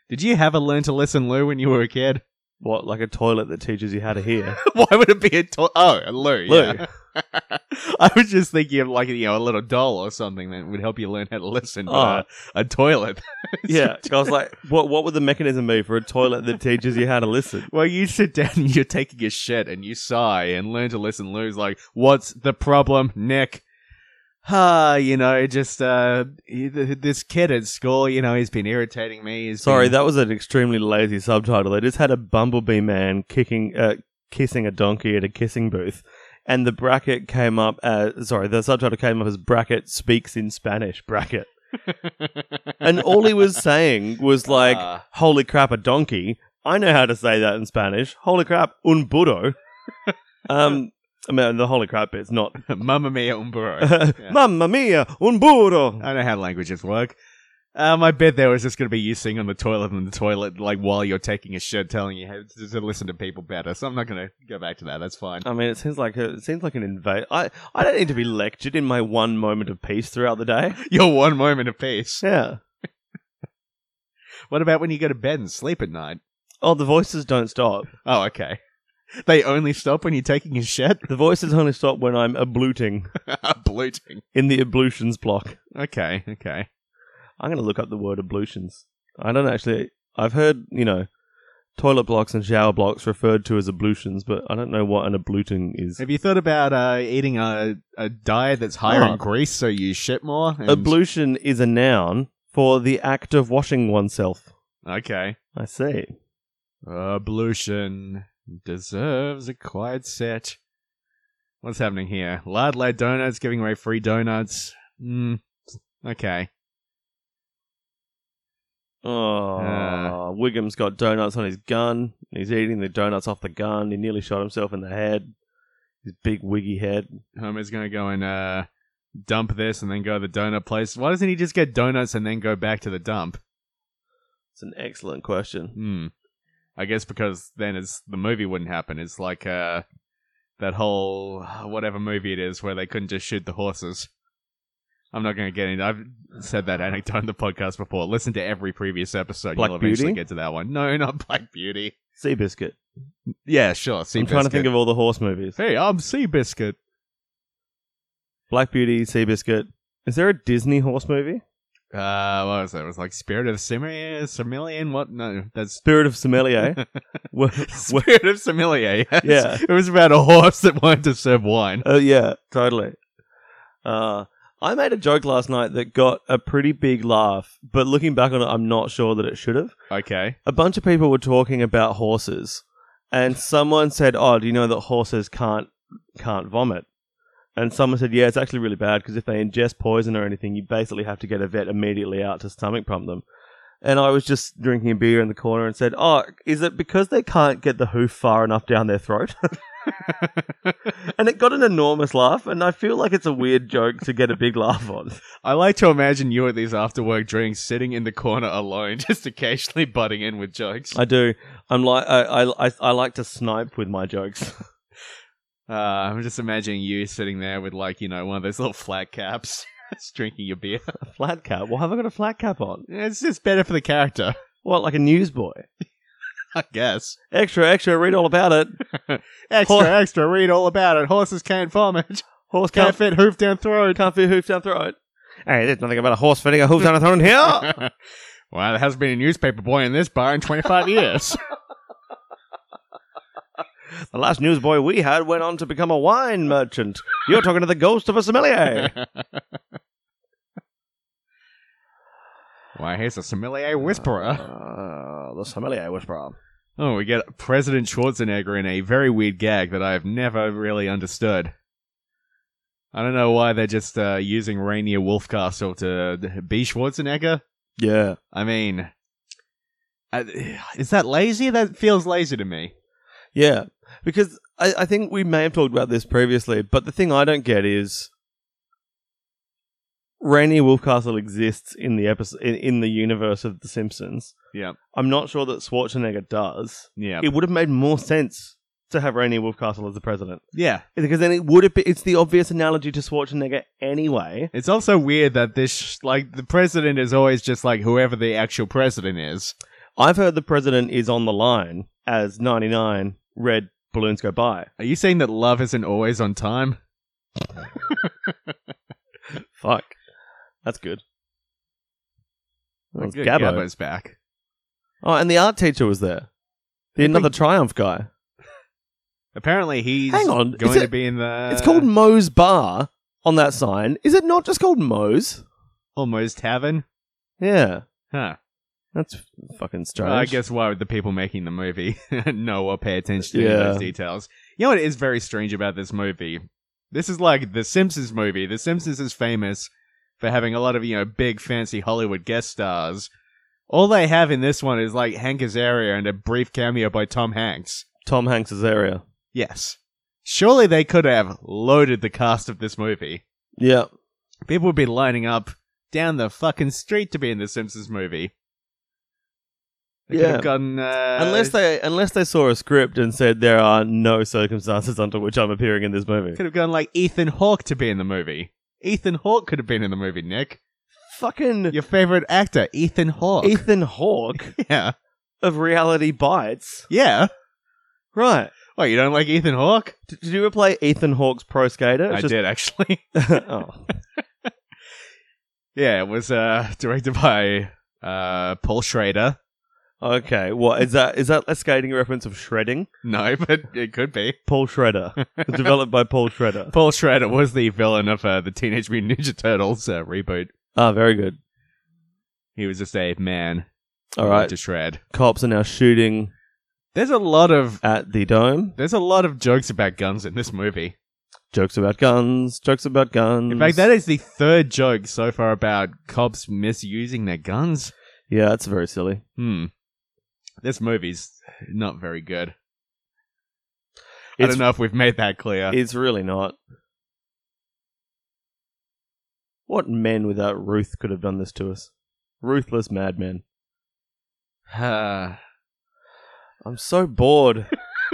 Speaker 4: Did you have a learn to listen, Lou, when you were a kid?
Speaker 3: What, like a toilet that teaches you how to hear?
Speaker 4: Why would it be a toy? Oh, a loo.
Speaker 3: Loo.
Speaker 4: yeah. I was just thinking of like you know a little doll or something that would help you learn how to listen. But,
Speaker 3: Oh.
Speaker 4: uh, a toilet.
Speaker 3: yeah. I was like, what What would the mechanism be for a toilet that teaches you how to listen?
Speaker 4: Well, you sit down and you're taking a shit and you sigh and learn to listen. Lou's like, "What's the problem, Nick?" Ah, you know, just uh, he- th- this kid at school. You know, he's been irritating me. He's
Speaker 3: Sorry,
Speaker 4: been-
Speaker 3: that was an extremely lazy subtitle. They just had a bumblebee man kicking, uh, kissing a donkey at a kissing booth, and the bracket came up as sorry, the subtitle came up as bracket speaks in Spanish bracket, and all he was saying was like,
Speaker 4: Ah.
Speaker 3: "Holy crap, a donkey! I know how to say that in Spanish. Holy crap, un burro." um, I mean, the holy crap bit's not.
Speaker 4: Mamma mia, un burro. Yeah.
Speaker 3: Mamma mia, un burro.
Speaker 4: I know how languages work. Um, I bet there was just going to be you singing on the toilet in the toilet, like while you're taking a shit, telling you how to, to listen to people better. So I'm not going to go back to that. That's fine.
Speaker 3: I mean, it seems like a, it seems like an invade. I I don't need to be lectured in my one moment of peace throughout the day.
Speaker 4: Your one moment of peace.
Speaker 3: Yeah.
Speaker 4: What about when you go to bed and sleep at night?
Speaker 3: Oh, the voices don't stop.
Speaker 4: Oh, okay. They only stop when you're taking a shit.
Speaker 3: The voices only stop when I'm abluting
Speaker 4: Bloating.
Speaker 3: in the ablutions block.
Speaker 4: Okay, okay.
Speaker 3: I'm gonna look up the word ablutions. I don't actually. I've heard you know, toilet blocks and shower blocks referred to as ablutions, but I don't know what an abluting is.
Speaker 4: Have you thought about uh, eating a, a diet that's higher
Speaker 3: Oh.
Speaker 4: in grease so you shit more? and-
Speaker 3: Ablution is a noun for the act of washing oneself.
Speaker 4: okay.
Speaker 3: I see.
Speaker 4: Ablution deserves a quiet set. What's happening here? Lard Lad Donuts giving away free donuts. Mm, okay.
Speaker 3: Oh,
Speaker 4: Ah.
Speaker 3: Wiggum's got donuts on his gun. and He's eating the donuts off the gun. He nearly shot himself in the head. His big wiggy head.
Speaker 4: Homer's gonna go and uh, dump this and then go to the donut place. Why doesn't he just get donuts and then go back to the dump?
Speaker 3: It's an excellent question.
Speaker 4: Hmm. I guess because then it's the movie wouldn't happen. It's like uh, that whole whatever movie it is where they couldn't just shoot the horses. I'm not going to get into. I've said that anecdote on the podcast before. Listen to every previous episode.
Speaker 3: Black
Speaker 4: You'll eventually
Speaker 3: Beauty?
Speaker 4: get to that one. No, not Black Beauty.
Speaker 3: Seabiscuit.
Speaker 4: Yeah, sure. Sea
Speaker 3: I'm trying to think of all the horse movies.
Speaker 4: Hey, I'm Seabiscuit.
Speaker 3: Black Beauty, Seabiscuit. Is there a Disney horse movie?
Speaker 4: Uh, what was that? It was like Spirit of Simmer- Similian. What? No, that's
Speaker 3: Spirit of Sommelier. Wha- wha-
Speaker 4: Spirit of Similier. yes.
Speaker 3: Yeah.
Speaker 4: it was about a horse that wanted to serve wine.
Speaker 3: Oh yeah, totally. Uh, I made a joke last night that got a pretty big laugh, but looking back on it, I'm not sure that it should have.
Speaker 4: Okay.
Speaker 3: a bunch of people were talking about horses, and someone said, "Oh, do you know that horses can't can't vomit?" And someone said, "Yeah, it's actually really bad because if they ingest poison or anything, you basically have to get a vet immediately out to stomach pump them." And I was just drinking a beer in the corner and said, "Oh, is it because they can't get the hoof far enough down their throat?" and it got an enormous laugh, and I feel like it's a weird joke to get a big laugh on.
Speaker 4: I like to imagine you at these after work drinks sitting in the corner alone, just occasionally butting in with jokes.
Speaker 3: I do. I'm like I I I, I like to snipe with my jokes.
Speaker 4: Uh, I'm just imagining you sitting there with, like, you know, one of those little flat caps, just drinking your beer.
Speaker 3: A flat cap? Well, have I got a flat cap on?
Speaker 4: It's just better for the character,
Speaker 3: What, like a newsboy?
Speaker 4: I guess.
Speaker 3: Extra, extra, read all about it.
Speaker 4: Extra,
Speaker 3: Hor-
Speaker 4: extra, read all about it. Horses can't vomit.
Speaker 3: Horse
Speaker 4: Can't
Speaker 3: can't,
Speaker 4: fit hoof down throat.
Speaker 3: can't fit hoof down throat. Hey, there's nothing about a horse fitting a hoof down a throat in here.
Speaker 4: well, there hasn't been a newspaper boy in this bar in 25 years.
Speaker 3: The last newsboy we had went on to become a wine merchant. You're talking to the ghost of a sommelier.
Speaker 4: Why, here's a sommelier whisperer.
Speaker 3: Uh, the sommelier whisperer.
Speaker 4: Oh, we get President Schwarzenegger in a very weird gag that I've never really understood. I don't know why they're just uh, using Rainier Wolfcastle to be Schwarzenegger.
Speaker 3: Yeah.
Speaker 4: I mean, uh, is that lazy? That feels lazy to me.
Speaker 3: Yeah. Because I, I think we may have talked about this previously, but the thing I don't get is Rainier Wolfcastle exists in the episode in, in the universe of The Simpsons.
Speaker 4: Yeah,
Speaker 3: I'm not sure that Schwarzenegger does.
Speaker 4: yeah,
Speaker 3: It would have made more sense to have Rainier Wolfcastle as the president
Speaker 4: yeah.
Speaker 3: because then it would have been. It's the obvious analogy to Schwarzenegger anyway.
Speaker 4: It's also weird that this, sh- like, the president is always just like whoever the actual president is.
Speaker 3: I've heard the president is on the line as 99 red balloons go by.
Speaker 4: Are you saying that love isn't always on time?
Speaker 3: Fuck. That's good. That was
Speaker 4: Good,
Speaker 3: Gabbo.
Speaker 4: Gabbo's back.
Speaker 3: Oh, and the art teacher was there. The
Speaker 4: I
Speaker 3: Another Triumph guy.
Speaker 4: Apparently he's
Speaker 3: Hang on, is
Speaker 4: going to
Speaker 3: it-
Speaker 4: be in the
Speaker 3: it's called Moe's Bar on that sign. Is it not just called Moe's?
Speaker 4: Almost Tavern.
Speaker 3: Yeah.
Speaker 4: Huh.
Speaker 3: That's fucking strange.
Speaker 4: I guess why would the people making the movie know or pay attention to any of
Speaker 3: Yeah.
Speaker 4: those details? You know what is very strange about this movie? This is like the Simpsons movie. The Simpsons is famous for having a lot of, you know, big fancy Hollywood guest stars. All they have in this one is like Hank Azaria and a brief cameo by Tom Hanks.
Speaker 3: Tom Hanks' area.
Speaker 4: Yes. Surely they could have loaded the cast of this movie.
Speaker 3: Yeah.
Speaker 4: People would be lining up down the fucking street to be in the Simpsons movie. They could
Speaker 3: Yeah.
Speaker 4: have gotten uh,
Speaker 3: unless they unless they saw a script and said there are no circumstances under which I'm appearing in this movie.
Speaker 4: Could have gone like Ethan Hawke to be in the movie. Ethan Hawke could have been in the movie, Nick.
Speaker 3: Fucking
Speaker 4: Your favorite actor, Ethan Hawke.
Speaker 3: Ethan Hawke
Speaker 4: yeah.
Speaker 3: of Reality Bites.
Speaker 4: Yeah.
Speaker 3: Right.
Speaker 4: Well, you don't like Ethan Hawke?
Speaker 3: Did, did you ever play Ethan Hawke's Pro Skater? It's
Speaker 4: I
Speaker 3: just-
Speaker 4: did actually.
Speaker 3: oh.
Speaker 4: yeah, it was uh directed by uh Paul Schrader.
Speaker 3: Okay. What is that? Is that a skating reference of shredding?
Speaker 4: No, but it could be.
Speaker 3: Paul Shredder, developed by Paul Shredder.
Speaker 4: Paul Schrader was the villain of uh, the Teenage Mutant Ninja Turtles uh, reboot.
Speaker 3: Ah, very good.
Speaker 4: He was just a man
Speaker 3: All right.
Speaker 4: to shred.
Speaker 3: Cops are now shooting
Speaker 4: There's a lot of
Speaker 3: at the dome.
Speaker 4: there's a lot of jokes about guns in this movie.
Speaker 3: Jokes about guns. Jokes about guns.
Speaker 4: In fact, that is the third joke so far about cops misusing their guns.
Speaker 3: yeah, that's very silly.
Speaker 4: Hmm. This movie's not very good. I
Speaker 3: It's-
Speaker 4: don't know if we've made that clear.
Speaker 3: It's really not. What men without Ruth could have done this to us? Ruthless madmen.
Speaker 4: Uh,
Speaker 3: I'm so bored.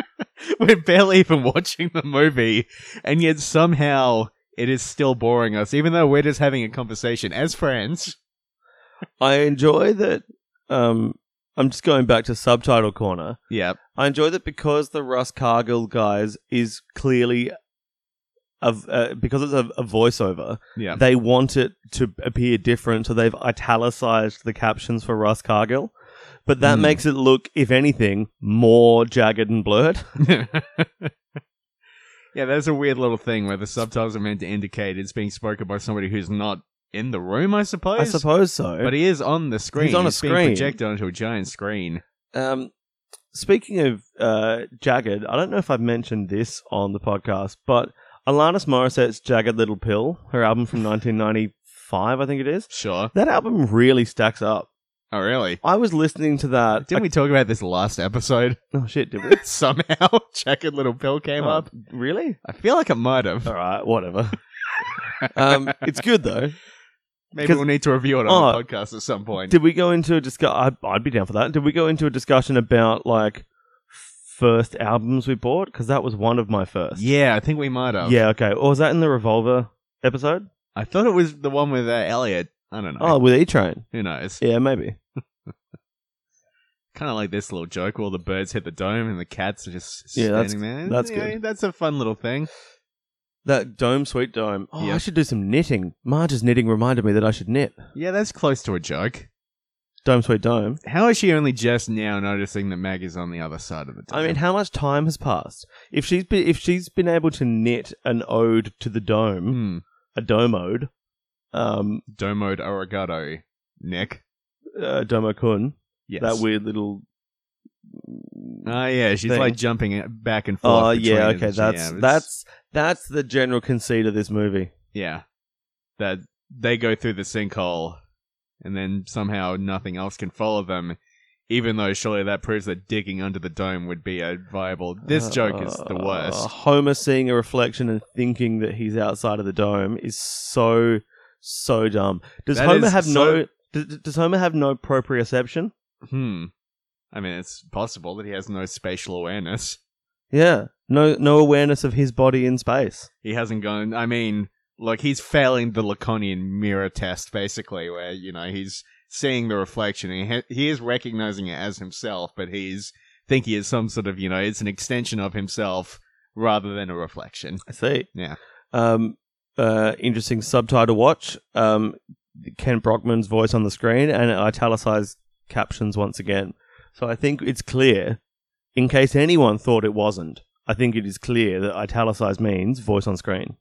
Speaker 4: we're barely even watching the movie, and yet somehow it is still boring us, even though we're just having a conversation as friends.
Speaker 3: I enjoy that. Um, I'm just going back to subtitle corner.
Speaker 4: Yep.
Speaker 3: I enjoy that because the Russ Cargill guys is clearly, of uh, because it's a, a voiceover.
Speaker 4: Yeah.
Speaker 3: They want it to appear different, so they've italicized the captions for Russ Cargill. But that
Speaker 4: Hmm.
Speaker 3: makes it look, if anything, more jagged and blurred.
Speaker 4: yeah, that's a weird little thing where the subtitles are meant to indicate it's being spoken by somebody who's not in the room, I suppose.
Speaker 3: I suppose so.
Speaker 4: But he is on the screen.
Speaker 3: He's on a
Speaker 4: Being
Speaker 3: screen.
Speaker 4: projected onto a giant screen.
Speaker 3: um, speaking of uh, Jagged, I don't know if I've mentioned this on the podcast, but Alanis Morissette's Jagged Little Pill, her album from 1995, I think it is,
Speaker 4: Sure.
Speaker 3: that album really stacks up.
Speaker 4: Oh, really?
Speaker 3: I was listening to that.
Speaker 4: Didn't we talk about this last episode?
Speaker 3: oh, shit, did we?
Speaker 4: Somehow, Jagged Little Pill came
Speaker 3: Oh,
Speaker 4: up.
Speaker 3: Really?
Speaker 4: I feel like it might have.
Speaker 3: All right, whatever. um, it's good, though.
Speaker 4: Maybe
Speaker 3: 'cause-
Speaker 4: we'll need to review it on
Speaker 3: Oh.
Speaker 4: the podcast at some point.
Speaker 3: Did we go into a discussion? I'd be down for that. Did we go into a discussion about, like, first albums we bought? Because that was one of my first.
Speaker 4: yeah, I think we might have.
Speaker 3: Yeah, okay. Or was that in the Revolver episode?
Speaker 4: I thought it was the one with uh, Elliot. I don't know.
Speaker 3: Oh, with E Train.
Speaker 4: Who knows?
Speaker 3: Yeah, maybe.
Speaker 4: Kind of like this little joke where all the birds hit the dome and the cats are just
Speaker 3: Yeah, that's-
Speaker 4: standing there.
Speaker 3: that's
Speaker 4: Yeah,
Speaker 3: good.
Speaker 4: That's a fun little thing.
Speaker 3: That dome, sweet dome. Oh,
Speaker 4: Yeah.
Speaker 3: I should do some knitting. Marge's knitting reminded me that I should knit.
Speaker 4: Yeah, that's close to a joke.
Speaker 3: Dome, sweet dome.
Speaker 4: How is she only just now noticing that Meg is on the other side of the dome?
Speaker 3: I mean, how much time has passed? If she's been, if she's been able to knit an ode to the dome,
Speaker 4: Hmm.
Speaker 3: a dome ode, um,
Speaker 4: Domo Arigato, Nick.
Speaker 3: uh, Domo Kun,
Speaker 4: Yes.
Speaker 3: that weird little.
Speaker 4: Oh yeah, she's
Speaker 3: thing.
Speaker 4: like jumping back and forth.
Speaker 3: Oh yeah,
Speaker 4: between
Speaker 3: okay,
Speaker 4: it.
Speaker 3: that's
Speaker 4: Yeah, it's-
Speaker 3: that's that's the general conceit of this movie.
Speaker 4: yeah. That they go through the sinkhole, and then somehow nothing else can follow them. Even though surely that proves that digging under the dome would be a viable. This joke is the
Speaker 3: Uh,
Speaker 4: worst.
Speaker 3: Homer seeing a reflection and thinking that he's outside of the dome is so so dumb. Does
Speaker 4: That
Speaker 3: Homer
Speaker 4: is
Speaker 3: have
Speaker 4: so-
Speaker 3: no? Does, does Homer have no proprioception?
Speaker 4: Hmm. I mean, it's possible that he has no spatial awareness.
Speaker 3: Yeah, no no awareness of his body in space.
Speaker 4: He hasn't gone. I mean, like he's failing the Laconian mirror test, basically, where you know he's seeing the reflection. He ha- he is recognizing it as himself, but he's thinking it's some sort of you know it's an extension of himself rather than a reflection.
Speaker 3: I see.
Speaker 4: Yeah.
Speaker 3: Um, uh, interesting subtitle watch. Um, Ken Brockman's voice on the screen and italicized captions once again. So I think it's clear, in case anyone thought it wasn't, I think it is clear that italicized means voice on screen.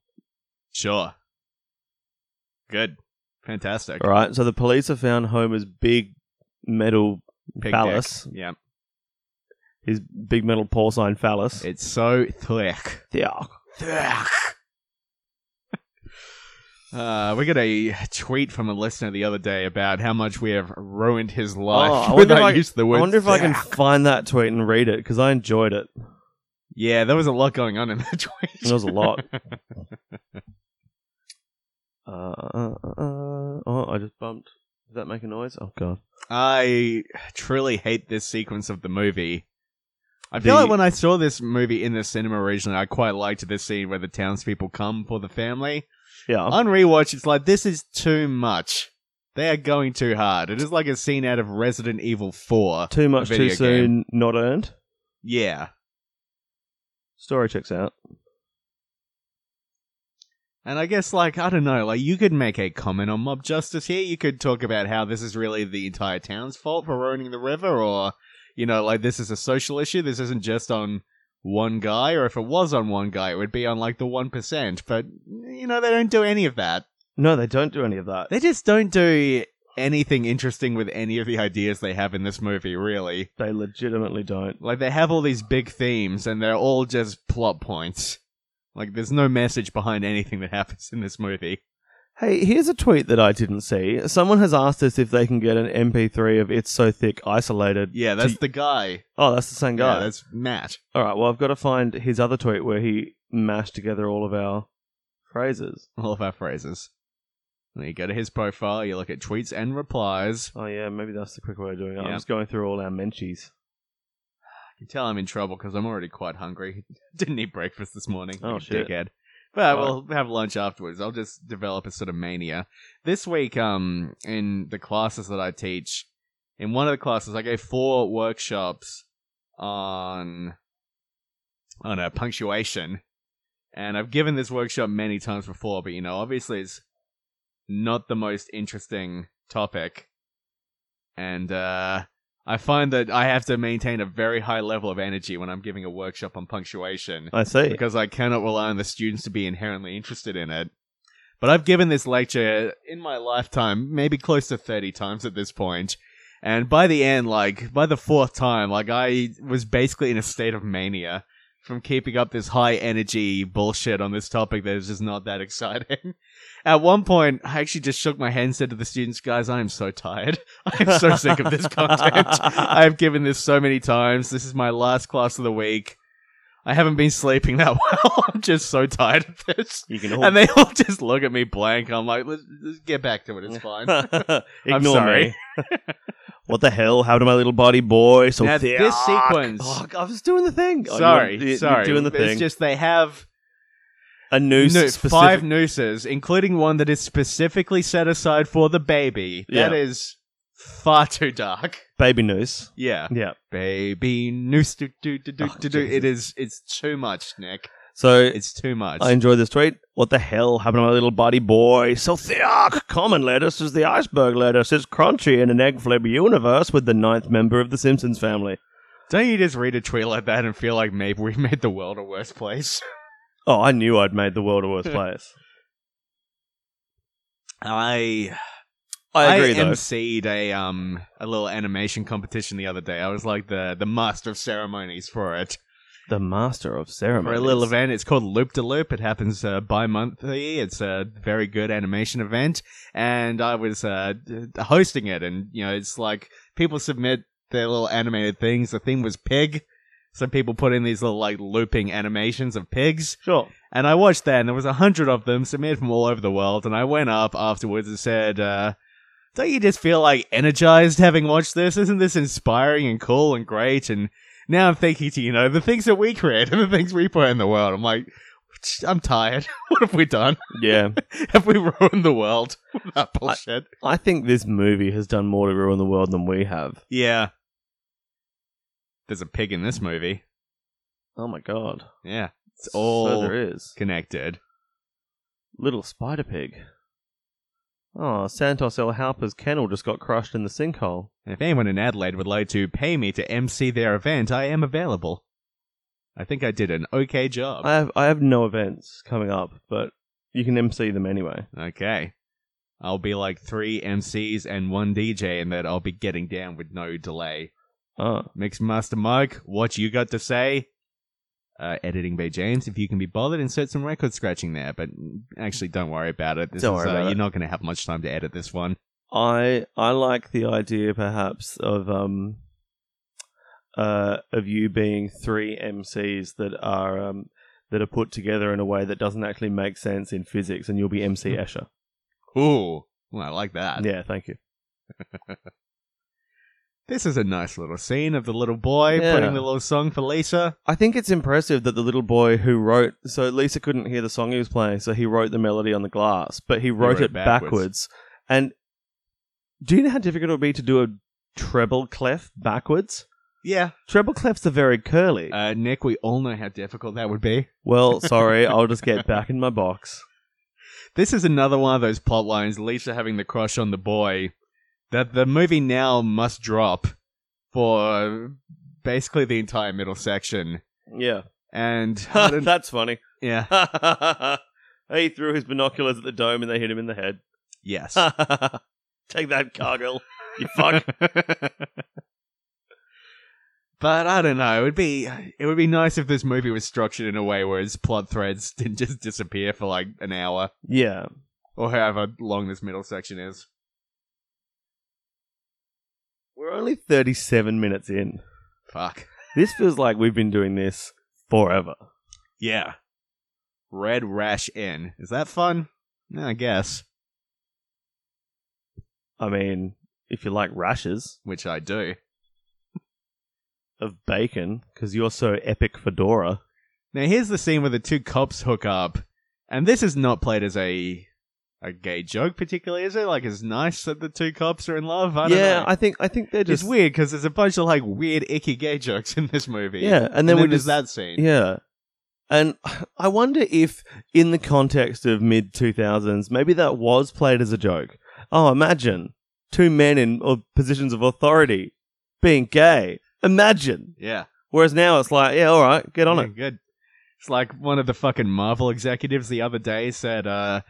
Speaker 4: Sure. Good. Fantastic.
Speaker 3: All right. So the police have found Homer's big metal
Speaker 4: Pig
Speaker 3: phallus,
Speaker 4: dick. Yeah.
Speaker 3: his big metal porcine phallus.
Speaker 4: It's so thick.
Speaker 3: yeah.
Speaker 4: Uh, we got a tweet from a listener the other day about how much we have ruined his life
Speaker 3: Oh, I wonder
Speaker 4: without
Speaker 3: if I-
Speaker 4: use of the
Speaker 3: I
Speaker 4: word.
Speaker 3: wonder if I can
Speaker 4: thick.
Speaker 3: find that tweet and read it because I enjoyed it.
Speaker 4: Yeah, there was a lot going on in that tweet.
Speaker 3: There was a lot. uh, uh, uh, oh, I just bumped. Does that make a noise? Oh god.
Speaker 4: I truly hate this sequence of the movie. I feel
Speaker 3: The-
Speaker 4: like when I saw this movie in the cinema originally, I quite liked this scene where the townspeople come for the family.
Speaker 3: Yeah.
Speaker 4: On rewatch, it's like this is too much. They are going too hard. It is like a scene out of Resident Evil Four.
Speaker 3: too much,
Speaker 4: video
Speaker 3: too
Speaker 4: game.
Speaker 3: soon, not earned.
Speaker 4: Yeah,
Speaker 3: Story checks out.
Speaker 4: and I guess like I don't know, like you could make a comment on mob justice here. You could talk about how this is really the entire town's fault for ruining the river, or you know, like this is a social issue. This isn't just on one guy, or if it was on one guy, it would be on like the one percent. But you know, they don't do any of that.
Speaker 3: No, they don't do any of that.
Speaker 4: They just don't do anything interesting with any of the ideas they have in this movie, really.
Speaker 3: They legitimately don't.
Speaker 4: Like they have all these big themes and they're all just plot points. Like there's no message behind anything that happens in this movie.
Speaker 3: Hey, here's a tweet that I didn't see. Someone has asked us if they can get an MP3 of "It's So Thick" isolated.
Speaker 4: Yeah, that's the guy.
Speaker 3: Oh, that's the same guy.
Speaker 4: Yeah, that's Matt.
Speaker 3: All right. Well, I've got to find his other tweet where he mashed together all of our phrases.
Speaker 4: All of our phrases. And you go to his profile, you look at tweets and replies.
Speaker 3: Oh yeah, maybe that's the quick way of doing it.
Speaker 4: Yeah.
Speaker 3: I'm just going through all our menchies.
Speaker 4: I can tell I'm in trouble because I'm already quite hungry. Didn't eat breakfast this morning.
Speaker 3: Oh,
Speaker 4: you
Speaker 3: shit.
Speaker 4: dickhead. But
Speaker 3: Right.
Speaker 4: we'll have lunch afterwards. I'll just develop a sort of mania. This week, um, in the classes that I teach, in one of the classes, I gave four workshops on on a punctuation, and I've given this workshop many times before. But you know, obviously, it's not the most interesting topic, and uh, I find that I have to maintain a very high level of energy when I'm giving a workshop on punctuation
Speaker 3: I see.
Speaker 4: because I cannot rely on the students to be inherently interested in it. But I've given this lecture in my lifetime, maybe close to 30 times at this point. And by the end, like, by the fourth time, like, I was basically in a state of mania from keeping up this high energy bullshit on this topic that is just not that exciting. At one point, I actually just shook my hand and said to the students, guys, I am so tired. I am so sick of this content. I have given this so many times. This is my last class of the week. I haven't been sleeping that well. I'm just so tired of this.
Speaker 3: You can all
Speaker 4: And they all just look at me blank. I'm like, let's, let's get back to it. It's fine.
Speaker 3: Ignore
Speaker 4: sorry.
Speaker 3: me. what the hell? How to my little body boy? So
Speaker 4: Now,
Speaker 3: thick.
Speaker 4: this sequence-
Speaker 3: Oh, I was doing the thing. Oh, you
Speaker 4: sorry,
Speaker 3: were- you- you're
Speaker 4: sorry.
Speaker 3: doing the
Speaker 4: It's
Speaker 3: thing.
Speaker 4: just they have
Speaker 3: a noose.
Speaker 4: no,
Speaker 3: specific-
Speaker 4: five nooses, including one that is specifically set aside for the baby. That
Speaker 3: Yeah.
Speaker 4: is far too dark.
Speaker 3: baby noose.
Speaker 4: Yeah,
Speaker 3: Yeah.
Speaker 4: baby noose. Do, do, do, do,
Speaker 3: Oh,
Speaker 4: do, do.
Speaker 3: Jesus.
Speaker 4: It is. It's too much, Nick.
Speaker 3: So
Speaker 4: It's too much.
Speaker 3: I enjoyed this tweet. What the hell happened to my little body boy? So thick. Common lettuce is the iceberg lettuce. It's crunchy in an egg flip universe with the ninth member of the Simpsons family.
Speaker 4: Don't you just read a tweet like that and feel like maybe we've made the world a worse place?
Speaker 3: Oh, I knew I'd made the world a worse place.
Speaker 4: I
Speaker 3: I agree, though.
Speaker 4: emceed a um a little animation competition the other day. I was like the the master of ceremonies for it
Speaker 3: The master of
Speaker 4: for
Speaker 3: ceremonies.
Speaker 4: a little event. It's called Loop de Loop. It happens uh, bi-monthly. It's a very good animation event, and I was uh, d- hosting it. And you know, it's like people submit their little animated things. The theme was pig. Some people put in these little like looping animations of pigs,
Speaker 3: Sure.
Speaker 4: And I watched that, and there was a hundred of them submitted from all over the world. And I went up afterwards and said, uh, "Don't you just feel like energized having watched this? Isn't this inspiring and cool and great?" And now I'm thinking to you know the things that we create and the things we put in the world. I'm like, I'm tired. what have we done?
Speaker 3: Yeah.
Speaker 4: Have we ruined the world with that bullshit?
Speaker 3: I think this movie has done more to ruin the world than we have.
Speaker 4: yeah. There's a pig in this movie.
Speaker 3: Oh my god.
Speaker 4: Yeah. It's
Speaker 3: So
Speaker 4: all
Speaker 3: there is.
Speaker 4: connected.
Speaker 3: Little spider pig. Oh, Santos El Halpa's kennel just got crushed in the sinkhole.
Speaker 4: And if anyone in Adelaide would like to pay me to MC their event, I am available. I think I did an okay job.
Speaker 3: I have I have no events coming up, but you can MC them anyway.
Speaker 4: Okay. I'll be like three MCs and one DJ, and that I'll be getting down with no delay.
Speaker 3: Oh,
Speaker 4: Mix Master Mug, what you got to say? Uh, editing by James, if you can be bothered, insert some record scratching there. But actually, don't worry about it. This
Speaker 3: Don't
Speaker 4: is,
Speaker 3: worry
Speaker 4: uh,
Speaker 3: about it.
Speaker 4: You're not going to have much time to edit this one.
Speaker 3: I I like the idea perhaps of um uh of you being three MCs that are um that are put together in a way that doesn't actually make sense in physics, and you'll be MC Escher.
Speaker 4: Ooh, well, I like that.
Speaker 3: Yeah, thank you.
Speaker 4: This is a nice little scene of the little boy
Speaker 3: Yeah.
Speaker 4: putting the little song for Lisa.
Speaker 3: I think it's impressive that the little boy who wrote so Lisa couldn't hear the song he was playing, so he wrote the melody on the glass, but he wrote,
Speaker 4: wrote
Speaker 3: it
Speaker 4: it
Speaker 3: backwards.
Speaker 4: backwards.
Speaker 3: And do you know how difficult it would be to do a treble clef backwards?
Speaker 4: Yeah.
Speaker 3: Treble clefs are very curly.
Speaker 4: Uh, Nick, we all know how difficult that would be.
Speaker 3: well, sorry, I'll just get back in my box.
Speaker 4: This is another one of those plot lines, Lisa having the crush on the boy, that the movie now must drop for basically the entire middle section.
Speaker 3: Yeah,
Speaker 4: And I don't-
Speaker 3: that's funny.
Speaker 4: yeah,
Speaker 3: he threw his binoculars at the dome and they hit him in the head.
Speaker 4: yes.
Speaker 3: Take that, Cargill. You fuck.
Speaker 4: but I don't know. It would be it would be nice if this movie was structured in a way where its plot threads didn't just disappear for like an hour
Speaker 3: yeah.
Speaker 4: or however long this middle section is.
Speaker 3: We're only 37 minutes in.
Speaker 4: Fuck.
Speaker 3: This feels like we've been doing this forever.
Speaker 4: Yeah. Red Rash Inn. Is that fun? No, I guess.
Speaker 3: I mean, if you like rashes
Speaker 4: Which I do.
Speaker 3: of bacon, because you're so epic fedora.
Speaker 4: Now here's the scene where the two cops hook up, and this is not played as a a gay joke particularly, is it? Like it's nice that the two cops are in love. I don't know.
Speaker 3: I think I think they're
Speaker 4: it's weird because there's a bunch of like weird icky gay jokes in this movie.
Speaker 3: Yeah, and then we
Speaker 4: there's
Speaker 3: just-
Speaker 4: that scene.
Speaker 3: Yeah, and I wonder if, in the context of mid 2000s, maybe that was played as a joke. Oh, imagine two men in or positions of authority being gay. Imagine.
Speaker 4: Yeah,
Speaker 3: Whereas now it's like, yeah, all right, get on
Speaker 4: Yeah,
Speaker 3: it.
Speaker 4: Good. It's like one of the fucking Marvel executives the other day said, uh,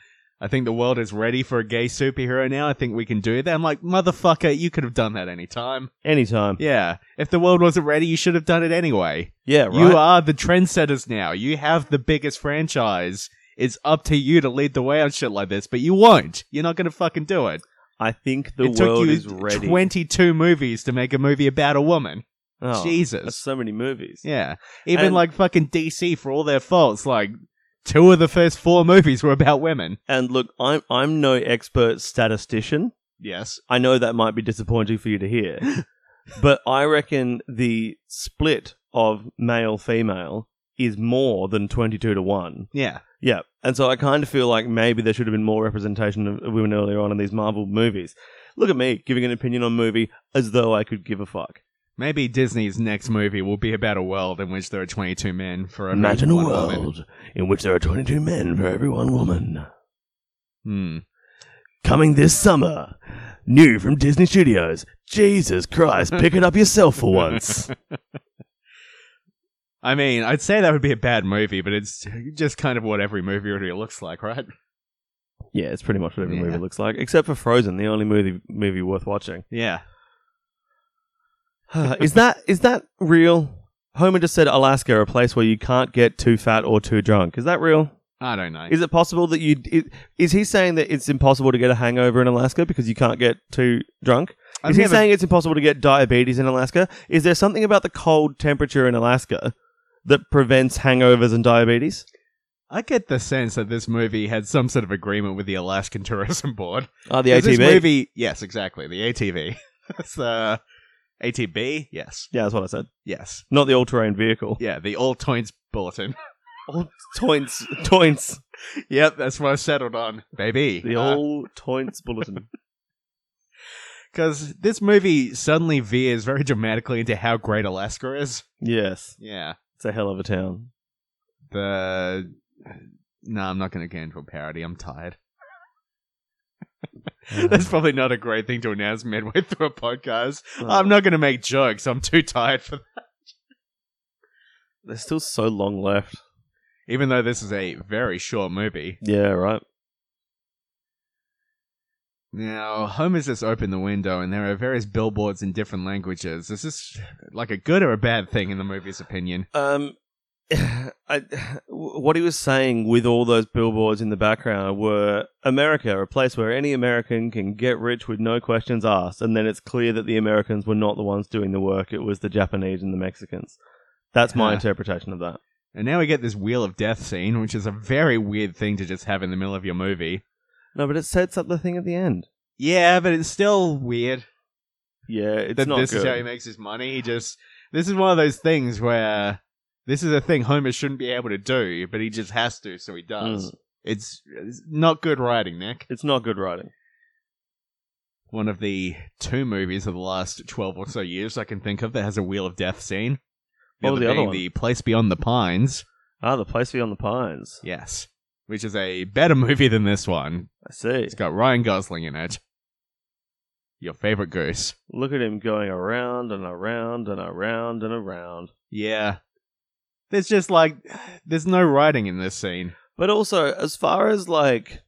Speaker 4: "I think the world is ready for a gay superhero now. I think we can do that." I'm like, motherfucker, you could have done that any time.
Speaker 3: Anytime. Yeah,
Speaker 4: Yeah, if the world wasn't ready, you should have done it anyway.
Speaker 3: right.
Speaker 4: You are the trendsetters now. You have the biggest franchise. It's up to you to lead the way on shit like this, but you won't. You're not going to fucking do it.
Speaker 3: I think the
Speaker 4: it took
Speaker 3: world
Speaker 4: you
Speaker 3: is ready.
Speaker 4: 22 movies to make a movie about a woman.
Speaker 3: Oh,
Speaker 4: Jesus.
Speaker 3: That's so many movies.
Speaker 4: Yeah. Even
Speaker 3: And-
Speaker 4: like fucking DC, for all their faults, like two of the first four movies were about women.
Speaker 3: And look, I'm I'm no expert statistician.
Speaker 4: Yes.
Speaker 3: I know that might be disappointing for you to hear, but I reckon the split of male female is more than 22 to 1.
Speaker 4: Yeah.
Speaker 3: Yeah. And so I kind of feel like maybe there should have been more representation of of women earlier on in these Marvel movies. Look at me giving an opinion on movie as though I could give a fuck.
Speaker 4: Maybe Disney's next movie will be about a world in which there are 22 men for every
Speaker 3: Imagine a
Speaker 4: one woman.
Speaker 3: world in which there are 22 men for every one woman.
Speaker 4: Hmm.
Speaker 3: Coming this summer. New from Disney Studios. Jesus Christ, pick it up yourself for once.
Speaker 4: I mean, I'd say that would be a bad movie, but it's just kind of what every movie already looks like, right?
Speaker 3: yeah, it's pretty much what every movie
Speaker 4: Yeah.
Speaker 3: looks like, except for Frozen, the only movie movie worth watching.
Speaker 4: Yeah.
Speaker 3: is that is that real? Homer just said Alaska, a place where you can't get too fat or too drunk. Is that real?
Speaker 4: I don't know.
Speaker 3: Is it possible that you i- is he saying that it's impossible to get a hangover in Alaska because you can't get too drunk?
Speaker 4: I've
Speaker 3: Is he
Speaker 4: never-
Speaker 3: saying it's impossible to get diabetes in Alaska? Is there something about the cold temperature in Alaska that prevents hangovers and diabetes?
Speaker 4: I get the sense that this movie had some sort of agreement with the Alaskan Tourism Board.
Speaker 3: Ah, the
Speaker 4: 'Cause
Speaker 3: ATV.
Speaker 4: This movie, yes, exactly. The ATV. it's the ATB. Yes.
Speaker 3: Yeah, that's what I said.
Speaker 4: Yes.
Speaker 3: Not the all-terrain vehicle.
Speaker 4: Yeah. The All Toints Bulletin.
Speaker 3: Old Toints. Toints.
Speaker 4: Yep, that's what I settled on, baby. Uh,
Speaker 3: The old Toints Bulletin.
Speaker 4: Because this movie suddenly veers very dramatically into how great Alaska is.
Speaker 3: Yes.
Speaker 4: Yeah.
Speaker 3: It's a hell of a town.
Speaker 4: The. No, I'm not going to get into a parody. I'm tired. That's probably not a great thing to announce midway through a podcast.
Speaker 3: Hmm. Oh,
Speaker 4: I'm not going to make jokes. I'm too tired for that.
Speaker 3: There's still so long left.
Speaker 4: Even though this is a very short movie.
Speaker 3: Yeah, right.
Speaker 4: Now, Homer's just opened the window and there are various billboards in different languages. Is this like a good or a bad thing in the movie's opinion?
Speaker 3: Um, I, what he was saying with all those billboards in the background were America, a place where any American can get rich with no questions asked. And then it's clear that the Americans were not the ones doing the work, it was the Japanese and the Mexicans. That's my
Speaker 4: Huh.
Speaker 3: interpretation of that.
Speaker 4: And now we get this Wheel of Death scene, which is a very weird thing to just have in the middle of your movie.
Speaker 3: No, but it sets up the thing at the end.
Speaker 4: Yeah, but it's still weird.
Speaker 3: Yeah, it's
Speaker 4: that
Speaker 3: not
Speaker 4: this is how he
Speaker 3: good.
Speaker 4: makes his money. He just this is one of those things where this is a thing Homer shouldn't be able to do, but he just has to, so he
Speaker 3: Hmm.
Speaker 4: does. It's, it's not good writing, Nick.
Speaker 3: It's not good writing.
Speaker 4: One of the two movies of the last twelve or so years I can think of that has a Wheel of Death scene.
Speaker 3: What was Oh, the other
Speaker 4: being
Speaker 3: one?
Speaker 4: The Place Beyond the Pines.
Speaker 3: Ah, the place beyond the pines.
Speaker 4: Yes. Which is a better movie than this one.
Speaker 3: I see.
Speaker 4: It's got Ryan Gosling in it. Your favorite goose.
Speaker 3: Look at him going around and around and around and around.
Speaker 4: Yeah. There's just like, there's no writing in this scene.
Speaker 3: But also, as far as like,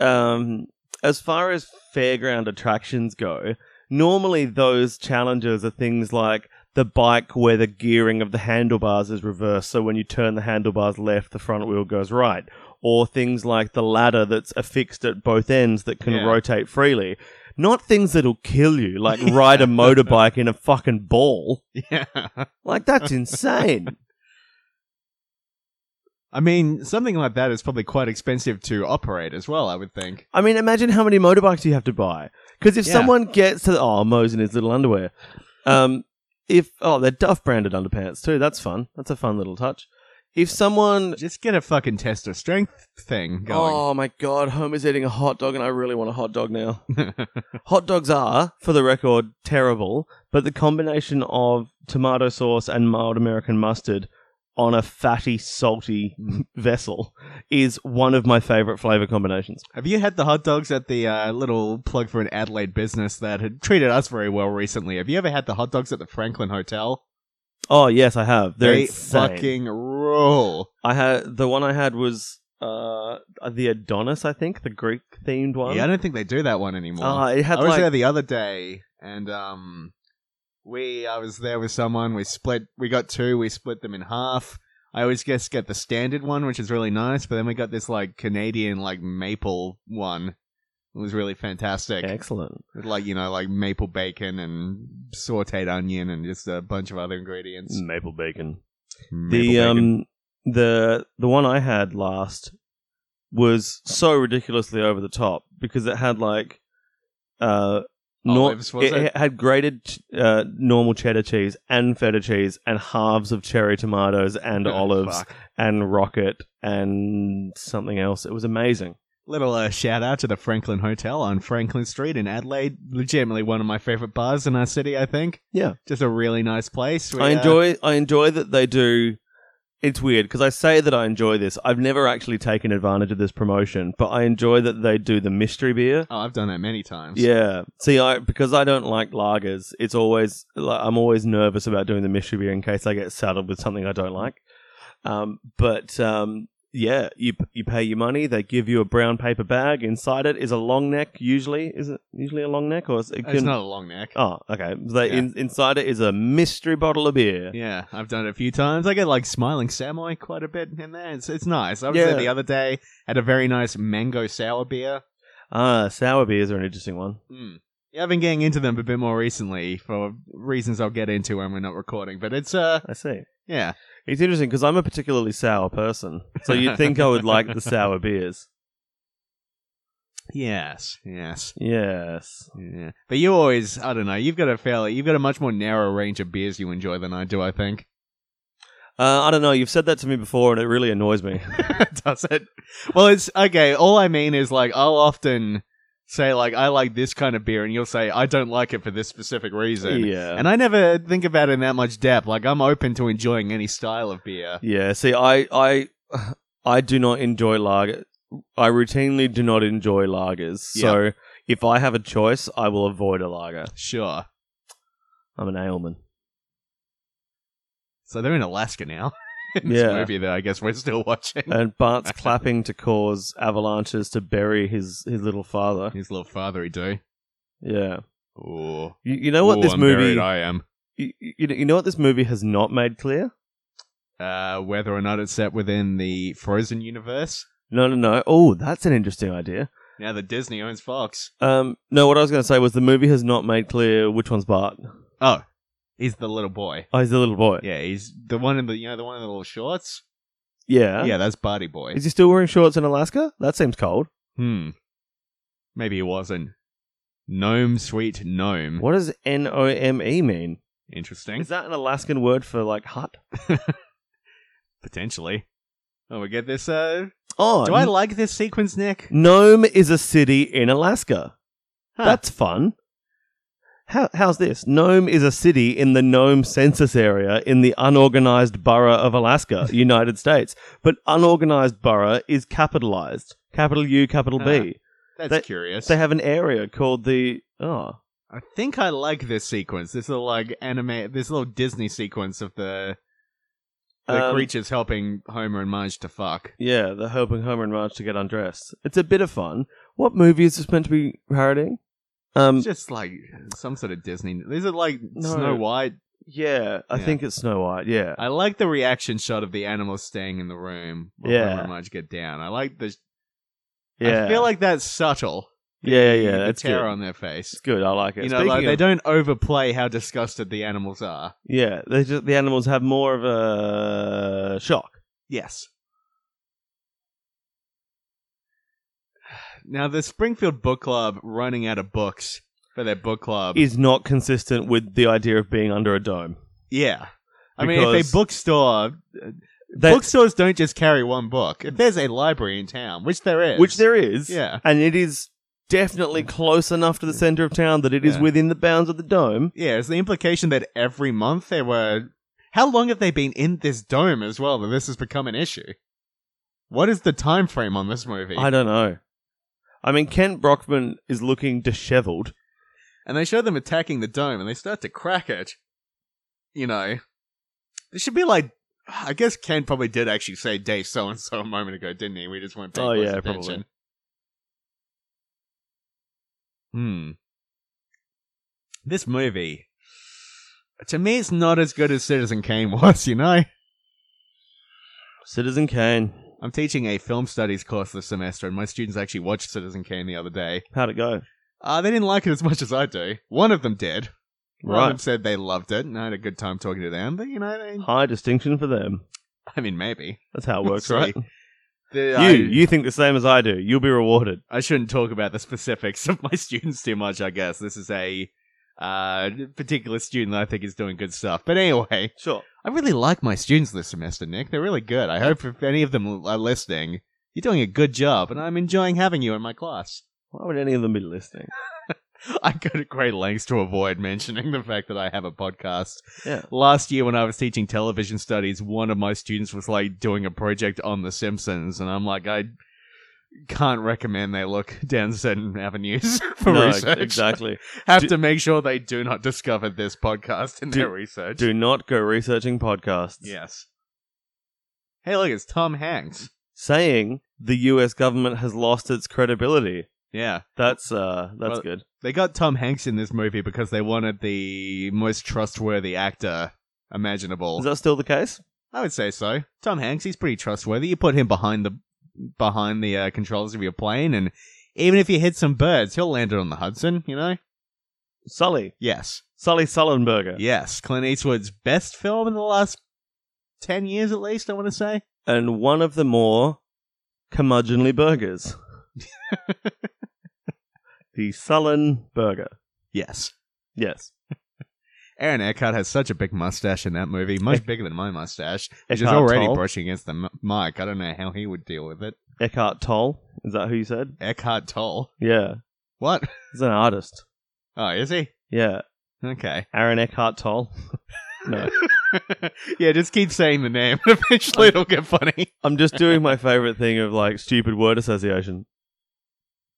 Speaker 3: um, as far as fairground attractions go, normally those challenges are things like the bike where the gearing of the handlebars is reversed, so when you turn the handlebars left, the front wheel goes right. Or things like the ladder that's affixed at both ends that can
Speaker 4: Yeah.
Speaker 3: rotate freely. Not things that'll kill you, like ride a motorbike in a fucking ball.
Speaker 4: Yeah.
Speaker 3: Like, that's insane.
Speaker 4: I mean, something like that is probably quite expensive to operate as well, I would think.
Speaker 3: I mean, imagine how many motorbikes you have to buy. Because if
Speaker 4: Yeah.
Speaker 3: someone gets to oh Mo's in his little underwear, um, if oh they're Duff branded underpants too. That's fun. That's a fun little touch. If someone
Speaker 4: Just get a fucking test of strength thing going.
Speaker 3: oh my god, Homer's eating a hot dog, and I really want a hot dog now. hot dogs are, for the record, terrible. But the combination of tomato sauce and mild American mustard on a fatty, salty vessel is one of my favorite flavor combinations.
Speaker 4: Have you had the hot dogs at the uh, little plug for an Adelaide business that had treated us very well recently? Have you ever had the hot dogs at the Franklin Hotel?
Speaker 3: Oh yes, I have. They're
Speaker 4: they
Speaker 3: insane.
Speaker 4: fucking rule.
Speaker 3: I had the one I had was uh the Adonis, I think, the Greek themed one.
Speaker 4: Yeah, I don't think they do that one anymore.
Speaker 3: Ah, it had
Speaker 4: I was
Speaker 3: like
Speaker 4: there the other day, and um, we I was there with someone. We split. We got two. We split them in half. I always just get the standard one, which is really nice. But then we got this like Canadian like maple one. It was really fantastic.
Speaker 3: excellent.
Speaker 4: With, Like you know, like maple bacon and sautéed onion and just a bunch of other ingredients.
Speaker 3: Maple bacon.
Speaker 4: Maple
Speaker 3: Mm. The
Speaker 4: bacon.
Speaker 3: um the the one I had last was so ridiculously over the top because it had like uh nor-
Speaker 4: Olives, was it?
Speaker 3: had grated ch- uh, normal cheddar cheese and feta cheese and halves of cherry tomatoes and olives
Speaker 4: Fuck.
Speaker 3: and rocket and something else. It was amazing.
Speaker 4: Little uh, shout out to the Franklin Hotel on Franklin Street in Adelaide. Legitimately one of my favorite bars in our city, I think.
Speaker 3: Yeah.
Speaker 4: Just a really nice place. We,
Speaker 3: I
Speaker 4: uh,
Speaker 3: enjoy I enjoy that they do. It's weird because I say that I enjoy this. I've never actually taken advantage of this promotion, but I enjoy that they do the mystery beer.
Speaker 4: Oh, I've done that many times.
Speaker 3: Yeah. See, I because I don't like lagers. It's always like, I'm always nervous about doing the mystery beer in case I get saddled with something I don't like. Um, but um, yeah, you you pay your money. They give you a brown paper bag. Inside it is a long neck. Usually, is it usually a long neck or is it?
Speaker 4: It's not a long neck.
Speaker 3: Oh, okay. They,
Speaker 4: Yeah.
Speaker 3: in, inside it is a mystery bottle of beer.
Speaker 4: Yeah, I've done it a few times. I get like smiling samurai quite a bit in there. It's, it's nice. I was
Speaker 3: Yeah.
Speaker 4: there the other day had a very nice mango sour beer.
Speaker 3: Ah, sour beers are an interesting one.
Speaker 4: Mm. Yeah, I've been getting into them a bit more recently for reasons I'll get into when we're not recording. But it's uh,
Speaker 3: I see.
Speaker 4: yeah,
Speaker 3: It's interesting because I'm a particularly sour person, so you'd think I would like the sour beers.
Speaker 4: yes, yes.
Speaker 3: Yes.
Speaker 4: Yeah. But you always, I don't know, you've got a fairly, you've got a much more narrow range of beers you enjoy than I do, I think.
Speaker 3: Uh, I don't know. You've said that to me before, and it really annoys me.
Speaker 4: Does it? Well, it's okay. All I mean is like I'll often say like I like this kind of beer, and you'll say I don't like it for this specific reason.
Speaker 3: Yeah.
Speaker 4: And I never think about it in that much depth. Like I'm open to enjoying any style of beer.
Speaker 3: Yeah. See, I, I, I do not enjoy lager. I routinely do not enjoy lagers. So if I have a choice, I will avoid a lager.
Speaker 4: Sure.
Speaker 3: I'm an aleman.
Speaker 4: So they're in Alaska now. in this
Speaker 3: Yeah.
Speaker 4: movie that I guess we're still watching.
Speaker 3: And Bart's clapping to cause avalanches to bury his his little father.
Speaker 4: His little father, he do.
Speaker 3: Yeah.
Speaker 4: Ooh.
Speaker 3: You, you know what this movie.
Speaker 4: I am.
Speaker 3: You, you you know what this movie has not made clear.
Speaker 4: Uh, whether or not it's set within the Frozen universe.
Speaker 3: No, no, no. Oh, that's an interesting idea.
Speaker 4: Now that Disney owns Fox.
Speaker 3: Um, no, what I was going to say was the movie has not made clear which one's Bart.
Speaker 4: Oh, he's the little boy.
Speaker 3: Oh, he's the little boy.
Speaker 4: Yeah, he's the one in the you know the one in the little shorts.
Speaker 3: Yeah.
Speaker 4: Yeah, that's Barty Boy.
Speaker 3: Is he still wearing shorts in Alaska? That seems cold.
Speaker 4: hmm. Maybe he wasn't. Gnome, sweet gnome.
Speaker 3: What does N O M E mean?
Speaker 4: Interesting.
Speaker 3: Is that an Alaskan word for like hut?
Speaker 4: Potentially. Oh, we get this. Uh,
Speaker 3: Oh,
Speaker 4: do I like this sequence, Nick?
Speaker 3: Nome is a city in Alaska.
Speaker 4: Huh.
Speaker 3: That's fun. How, how's this? Nome is a city in the Nome census area in the unorganized borough of Alaska, United States. But unorganized borough is capitalized. Capital U, capital B.
Speaker 4: That's
Speaker 3: They-
Speaker 4: curious.
Speaker 3: They have an area called the oh
Speaker 4: I think I like this sequence. This little like anime, this little Disney sequence of the the
Speaker 3: um,
Speaker 4: creatures helping Homer and Marge to fuck.
Speaker 3: Yeah, they're helping Homer and Marge to get undressed. It's a bit of fun. What movie is this meant to be parodying? Um,
Speaker 4: It's just like some sort of Disney. These are like
Speaker 3: No.
Speaker 4: Snow White.
Speaker 3: yeah, I
Speaker 4: Yeah.
Speaker 3: think it's Snow White. Yeah,
Speaker 4: I like the reaction shot of the animals staying in the room. while
Speaker 3: Yeah.
Speaker 4: Homer and Marge get down. I like the.
Speaker 3: yeah,
Speaker 4: I feel like that's subtle.
Speaker 3: yeah, yeah,
Speaker 4: The-
Speaker 3: yeah.
Speaker 4: the
Speaker 3: That's
Speaker 4: terror
Speaker 3: good.
Speaker 4: on their face.
Speaker 3: It's good. I like it.
Speaker 4: You know,
Speaker 3: Speaking
Speaker 4: like they
Speaker 3: of-
Speaker 4: don't overplay how disgusted the animals are.
Speaker 3: Yeah, they just the animals have more of a shock.
Speaker 4: Yes. Now the Springfield Book Club running out of books for their book club.
Speaker 3: Is not consistent with the idea of being under a dome.
Speaker 4: yeah. I mean, if
Speaker 3: Because-
Speaker 4: a bookstore,
Speaker 3: They,
Speaker 4: bookstores don't just carry one book. If there's a library in town, which there is,
Speaker 3: which there is,
Speaker 4: yeah,
Speaker 3: and it is definitely close enough to the center of town that it is
Speaker 4: Yeah.
Speaker 3: within the bounds of the dome.
Speaker 4: yeah, it's the implication that every month there were. How long have they been in this dome as well that this has become an issue? What is the time frame on this movie?
Speaker 3: I don't know. I mean, Kent Brockman is looking dishevelled.
Speaker 4: and they show them attacking the dome and they start to crack it. You know, it should be like. I guess Ken probably did actually say Dave so and so a moment ago, didn't he? We just weren't paying
Speaker 3: Oh,
Speaker 4: close
Speaker 3: yeah,
Speaker 4: attention. Hmm. This movie, to me, it's not as good as Citizen Kane was. You know,
Speaker 3: Citizen Kane.
Speaker 4: I'm teaching a film studies course this semester, and my students actually watched Citizen Kane the other day.
Speaker 3: How'd it go?
Speaker 4: Uh, they didn't like it as much as I do. One of them did. One of them
Speaker 3: Right.
Speaker 4: said they loved it, and I had a good time talking to them. But you know, they,
Speaker 3: High distinction for them.
Speaker 4: I mean, maybe
Speaker 3: That's how it works,
Speaker 4: Sorry.
Speaker 3: right?
Speaker 4: The-
Speaker 3: You,
Speaker 4: I,
Speaker 3: you think the same as I do. You'll be rewarded.
Speaker 4: I shouldn't talk about the specifics of my students too much. I guess this is a uh, particular student that I think is doing good stuff. But anyway,
Speaker 3: Sure.
Speaker 4: I really like my students this semester, Nick. They're really good. I hope if any of them are listening, you're doing a good job, and I'm enjoying having you in my class.
Speaker 3: Why would any of them be listening?
Speaker 4: I go to great lengths to avoid mentioning the fact that I have a podcast.
Speaker 3: Yeah.
Speaker 4: Last year, when I was teaching television studies, one of my students was like doing a project on The Simpsons, and I'm like, I can't recommend they look down certain avenues for
Speaker 3: No,
Speaker 4: research.
Speaker 3: Exactly.
Speaker 4: Have
Speaker 3: Do-
Speaker 4: to make sure they do not discover this podcast in
Speaker 3: Do-
Speaker 4: their research.
Speaker 3: Do not go researching podcasts.
Speaker 4: yes. Hey, look, it's Tom Hanks.
Speaker 3: Saying the US government has lost its credibility.
Speaker 4: Yeah.
Speaker 3: That's uh that's
Speaker 4: Well-
Speaker 3: good.
Speaker 4: They got Tom Hanks in this movie because they wanted the most trustworthy actor imaginable.
Speaker 3: Is that still the case?
Speaker 4: I would say so. Tom Hanks, he's pretty trustworthy. You put him behind the behind the uh, controls of your plane, and even if you hit some birds, he'll land it on the Hudson. You know?
Speaker 3: Sully.
Speaker 4: Yes,
Speaker 3: Sully Sullenberger.
Speaker 4: yes. Clint Eastwood's best film in the last ten years, at least. I want to say.
Speaker 3: And one of the more curmudgeonly burgers. the Sullen Burger.
Speaker 4: Yes.
Speaker 3: Yes.
Speaker 4: Aaron Eckhart has such a big mustache in that movie, much bigger than my mustache, which is
Speaker 3: Eckhart
Speaker 4: already
Speaker 3: Tolle.
Speaker 4: brushing against the m- mic. I don't know how he would deal with it.
Speaker 3: Eckhart Toll. Is that who you said?
Speaker 4: Eckhart Toll.
Speaker 3: Yeah.
Speaker 4: What?
Speaker 3: He's an artist.
Speaker 4: Oh, is he?
Speaker 3: Yeah.
Speaker 4: Okay.
Speaker 3: Aaron Eckhart Toll. no.
Speaker 4: yeah, just keep saying the name. Eventually it'll get funny.
Speaker 3: I'm just doing my favorite thing of like stupid word association.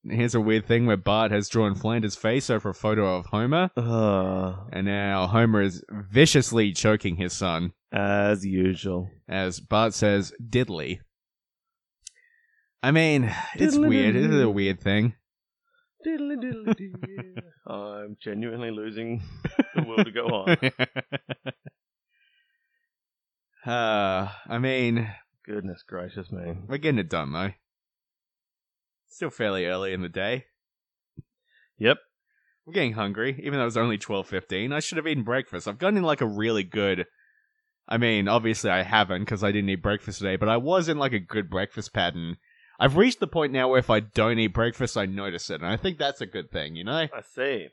Speaker 4: Here's a weird thing where Bart has drawn Flanders' face over a photo of Homer,
Speaker 3: Uh,
Speaker 4: and now Homer is viciously choking his son.
Speaker 3: as usual.
Speaker 4: as Bart says, diddly. I mean, it's
Speaker 3: Diddly
Speaker 4: weird. It is a
Speaker 3: diddly.
Speaker 4: weird thing.
Speaker 3: I'm genuinely losing the will to go on.
Speaker 4: uh, I mean,
Speaker 3: Goodness gracious me.
Speaker 4: we're getting it done, though. Still fairly early in the day.
Speaker 3: Yep.
Speaker 4: I'm getting hungry, even though it's only 12.15. I should have eaten breakfast. I've gotten in, like, a really good... I mean, obviously I haven't, because I didn't eat breakfast today, but I was in, like, a good breakfast pattern. I've reached the point now where if I don't eat breakfast, I notice it, and I think that's a good thing, you know?
Speaker 3: I see.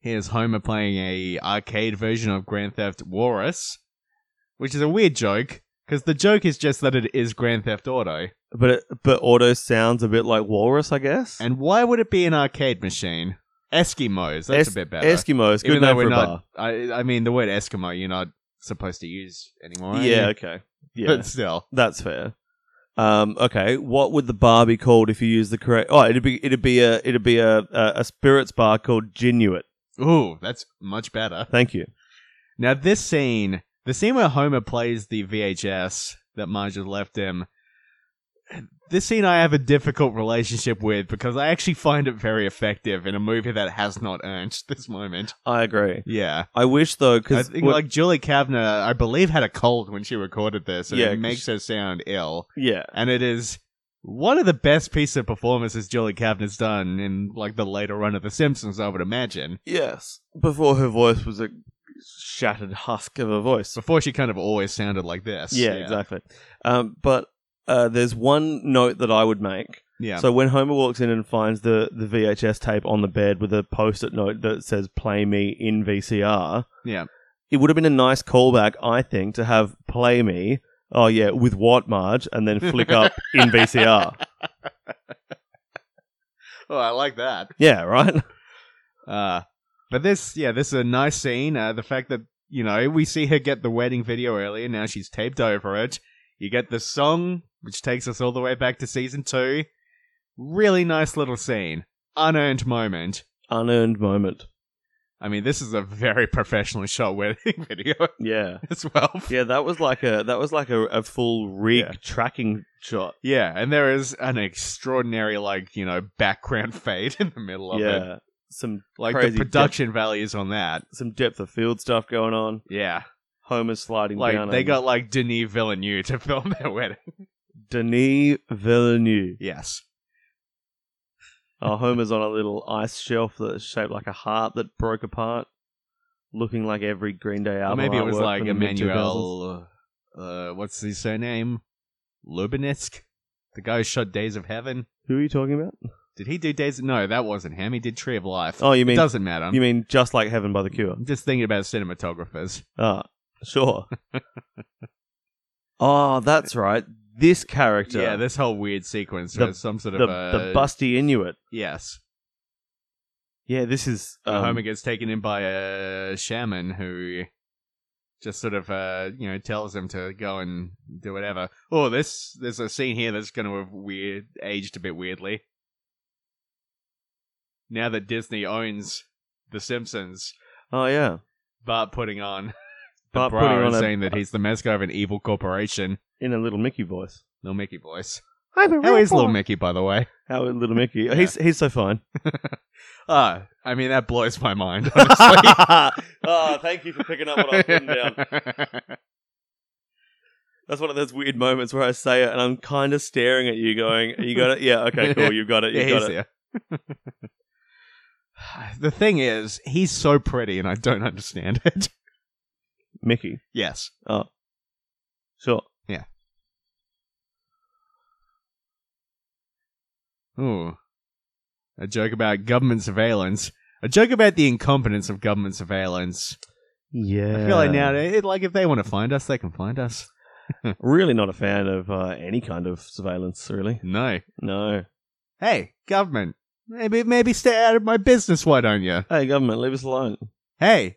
Speaker 4: Here's Homer playing a arcade version of Grand Theft Walrus, which is a weird joke because the joke is just that it is Grand Theft Auto.
Speaker 3: But it, but auto sounds a bit like walrus, I guess.
Speaker 4: And why would it be an arcade machine? Eskimos.
Speaker 3: Es-
Speaker 4: That's a bit better.
Speaker 3: Eskimos, good name for a
Speaker 4: not, I, I mean, the word Eskimo you're not supposed to use anymore.
Speaker 3: bar.
Speaker 4: are
Speaker 3: Yeah,
Speaker 4: you?
Speaker 3: okay. Yeah,
Speaker 4: but still,
Speaker 3: that's fair. Um, okay, what would the bar be called if you use the correct? Oh, it'd be it'd be a it'd be a a, a spirits bar called Ginuit.
Speaker 4: ooh, that's much better.
Speaker 3: Thank you.
Speaker 4: Now, this scene, the scene where Homer plays the VHS that Marge has left him, this scene I have a difficult relationship with because I actually find it very effective in a movie that has not earned this moment.
Speaker 3: I agree.
Speaker 4: Yeah.
Speaker 3: I wish though,
Speaker 4: I
Speaker 3: because
Speaker 4: think, like, Julie Kavner, I believe, had a cold when she recorded this, and
Speaker 3: Yeah,
Speaker 4: it
Speaker 3: 'cause-
Speaker 4: makes her sound ill.
Speaker 3: yeah,
Speaker 4: And it is one of the best pieces of performances Julie Kavner's done in, like, the later run of The Simpsons, I would imagine.
Speaker 3: yes. Before her voice was a shattered husk of a voice.
Speaker 4: Before she kind of always sounded like this.
Speaker 3: Yeah, exactly. Um, but uh, there's one note that I would make.
Speaker 4: Yeah.
Speaker 3: So when Homer walks in and finds the, the VHS tape on the bed with a post-it note that says "Play me in VCR,"
Speaker 4: yeah.
Speaker 3: it would have been a nice callback, I think, to have "Play me." Oh yeah, with what Marge, and then flick up in VCR.
Speaker 4: Oh, I like that.
Speaker 3: Yeah, right.
Speaker 4: Uh, but this, yeah, this is a nice scene. Uh, the fact that, you know, we see her get the wedding video earlier. Now she's taped over it. You get the song, which takes us all the way back to season two. Really nice little scene. Unearned moment.
Speaker 3: Unearned moment.
Speaker 4: I mean, this is a very professional shot wedding video
Speaker 3: Yeah,
Speaker 4: as well.
Speaker 3: yeah. That was like a that was like a, a full rig
Speaker 4: Yeah.
Speaker 3: tracking shot.
Speaker 4: Yeah, and there is an extraordinary, like, you know, background fade in the middle of it.
Speaker 3: yeah, some
Speaker 4: Like,
Speaker 3: Crazy
Speaker 4: the production values on that.
Speaker 3: some depth of field stuff going on.
Speaker 4: Yeah.
Speaker 3: Homer's sliding down.
Speaker 4: Like, they
Speaker 3: and-
Speaker 4: got, like, Denis Villeneuve to film their wedding.
Speaker 3: Denis Villeneuve.
Speaker 4: Yes.
Speaker 3: Our Homer's on a little ice shelf that's shaped like a heart that broke apart, looking like every Green Day
Speaker 4: Or
Speaker 3: album.
Speaker 4: maybe it was
Speaker 3: artwork
Speaker 4: like
Speaker 3: from the mid- 2000s.
Speaker 4: Emmanuel. Uh, what's his surname? Lubinetsk, the guy who shot Days of Heaven.
Speaker 3: Who are you talking about?
Speaker 4: Did he do Days? No, that wasn't him. He did Tree of Life.
Speaker 3: Oh, you
Speaker 4: it
Speaker 3: mean
Speaker 4: doesn't matter.
Speaker 3: you mean just like Heaven by the Cure?
Speaker 4: I'm just thinking about cinematographers.
Speaker 3: Ah, sure. oh, that's right. This character,
Speaker 4: Yeah, this whole weird sequence
Speaker 3: The-
Speaker 4: with some sort
Speaker 3: the,
Speaker 4: of uh,
Speaker 3: the busty Inuit.
Speaker 4: Yes,
Speaker 3: Yeah, this is
Speaker 4: um,
Speaker 3: um,
Speaker 4: Homer gets taken in by a shaman who just sort of uh, you know tells him to go and do whatever. Oh, this there's a scene here that's going to have weird aged a bit weirdly. Now that Disney owns The Simpsons,
Speaker 3: Oh yeah,
Speaker 4: Bart putting on the
Speaker 3: Bart
Speaker 4: bra
Speaker 3: putting
Speaker 4: and
Speaker 3: on a-
Speaker 4: saying that he's the mascot of an evil corporation.
Speaker 3: in a little Mickey voice.
Speaker 4: Little Mickey voice.
Speaker 3: I'm a
Speaker 4: How is Little Mickey, by the way?
Speaker 3: How is little Mickey? He's he's so fine.
Speaker 4: Ah, I mean that blows my mind. Honestly.
Speaker 3: oh, thank you for picking up what I was putting down. That's one of those weird moments where I say it and I'm kind of staring at you, going, "You got it? Yeah, okay, cool. You've got it.
Speaker 4: Yeah,
Speaker 3: You've
Speaker 4: he's
Speaker 3: got it."
Speaker 4: there. the thing is, he's so pretty, and I don't understand it.
Speaker 3: Mickey,
Speaker 4: yes.
Speaker 3: sure.
Speaker 4: Ooh. A joke about government surveillance. A joke about the incompetence of government surveillance.
Speaker 3: Yeah.
Speaker 4: I feel like now, it, like if they want to find us, they can find us.
Speaker 3: Really not a fan of uh, any kind of surveillance, really.
Speaker 4: No.
Speaker 3: No.
Speaker 4: Hey, government, maybe maybe stay out of my business. Why don't you?
Speaker 3: Hey, government, leave us alone.
Speaker 4: Hey,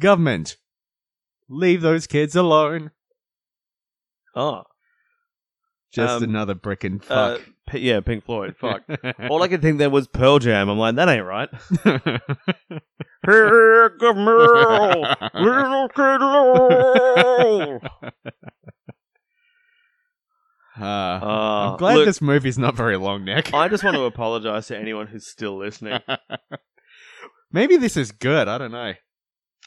Speaker 4: government, leave those kids alone.
Speaker 3: Oh.
Speaker 4: Just
Speaker 3: Um,
Speaker 4: another brick and
Speaker 3: uh,
Speaker 4: fuck.
Speaker 3: P- yeah, Pink Floyd. Fuck. All I could think there was Pearl Jam. I'm like, that ain't right. Hey, government, little kid alone.
Speaker 4: Ah.
Speaker 3: Uh,
Speaker 4: I'm glad
Speaker 3: look,
Speaker 4: this movie's not very long, Nick.
Speaker 3: I just want to apologize to anyone who's still listening.
Speaker 4: Maybe this is good. I don't know.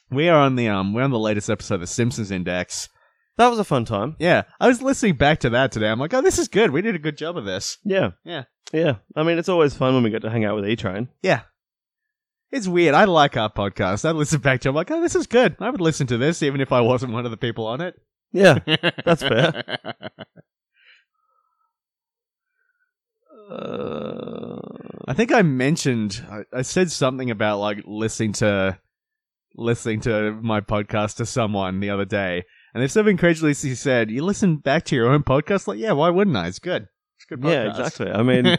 Speaker 4: We are on the um, we're on the latest episode of The Simpsons Index.
Speaker 3: That was a fun time.
Speaker 4: Yeah, I was listening back to that today. I'm like, oh, this is good. We did a good job of this.
Speaker 3: Yeah.
Speaker 4: Yeah.
Speaker 3: Yeah. I mean, it's always fun when we get to hang out with E Train.
Speaker 4: It's weird. I like our podcast. I listen back to. It. I'm like, oh, this is good. I would listen to this even if I wasn't one of the people on it.
Speaker 3: Yeah. That's fair. Uh,
Speaker 4: I think I mentioned I, I said something about like listening to listening to my podcast to someone the other day, and they've sort of incredulously said, "You listen back to your own podcast?" Like, yeah, why wouldn't I? It's good. It's a good. Podcast.
Speaker 3: yeah, exactly. I mean,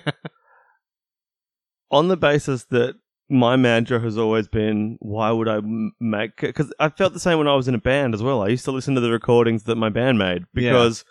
Speaker 3: on the basis that my mantra has always been, why would I m- make? Because I felt the same when I was in a band as well. I used to listen to the recordings that my band made because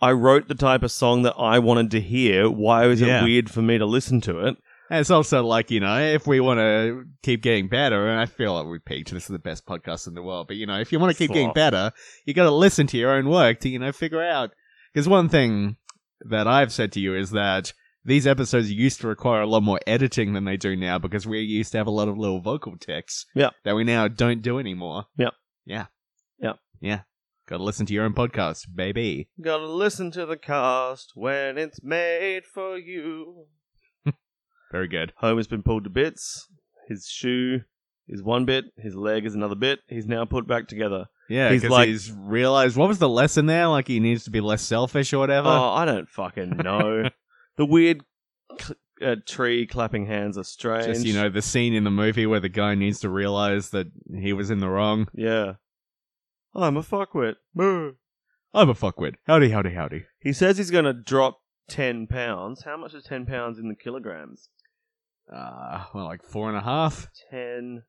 Speaker 3: I wrote the type of song that I wanted to hear. Why was
Speaker 4: Yeah.
Speaker 3: it weird for me to listen to it?
Speaker 4: And it's also like you know, if we want to keep getting better, and I feel like we peaked. This is the best podcast in the world. But you know, if you want to keep getting
Speaker 3: Fuck.
Speaker 4: better, you got to listen to your own work to you know figure out. Because one thing that I've said to you is that these episodes used to require a lot more editing than they do now because we used to have a lot of little vocal ticks.
Speaker 3: Yeah.
Speaker 4: That we now don't do anymore.
Speaker 3: Yeah.
Speaker 4: Yeah.
Speaker 3: Yeah.
Speaker 4: Yeah. Got to listen to your own podcast, baby.
Speaker 3: Gotta listen to the cast when it's made for you.
Speaker 4: Very good.
Speaker 3: Homer's been pulled to bits. His shoe is one bit. His leg is another bit. He's now put back together.
Speaker 4: Yeah,
Speaker 3: He's
Speaker 4: because
Speaker 3: like-
Speaker 4: he's realized what was the lesson there? Like he needs to be less selfish or whatever.
Speaker 3: Oh, I don't fucking know. the weird cl- uh, tree clapping hands are strange.
Speaker 4: Just you know the scene in the movie where the guy needs to realize that he was in the wrong.
Speaker 3: Yeah. Oh, I'm a fuckwit. Boo.
Speaker 4: I'm a fuckwit. Howdy, howdy, howdy.
Speaker 3: He says he's going to drop 10 pounds. How much is 10 pounds in the kilograms?
Speaker 4: Uh, well, like four and a half,
Speaker 3: 10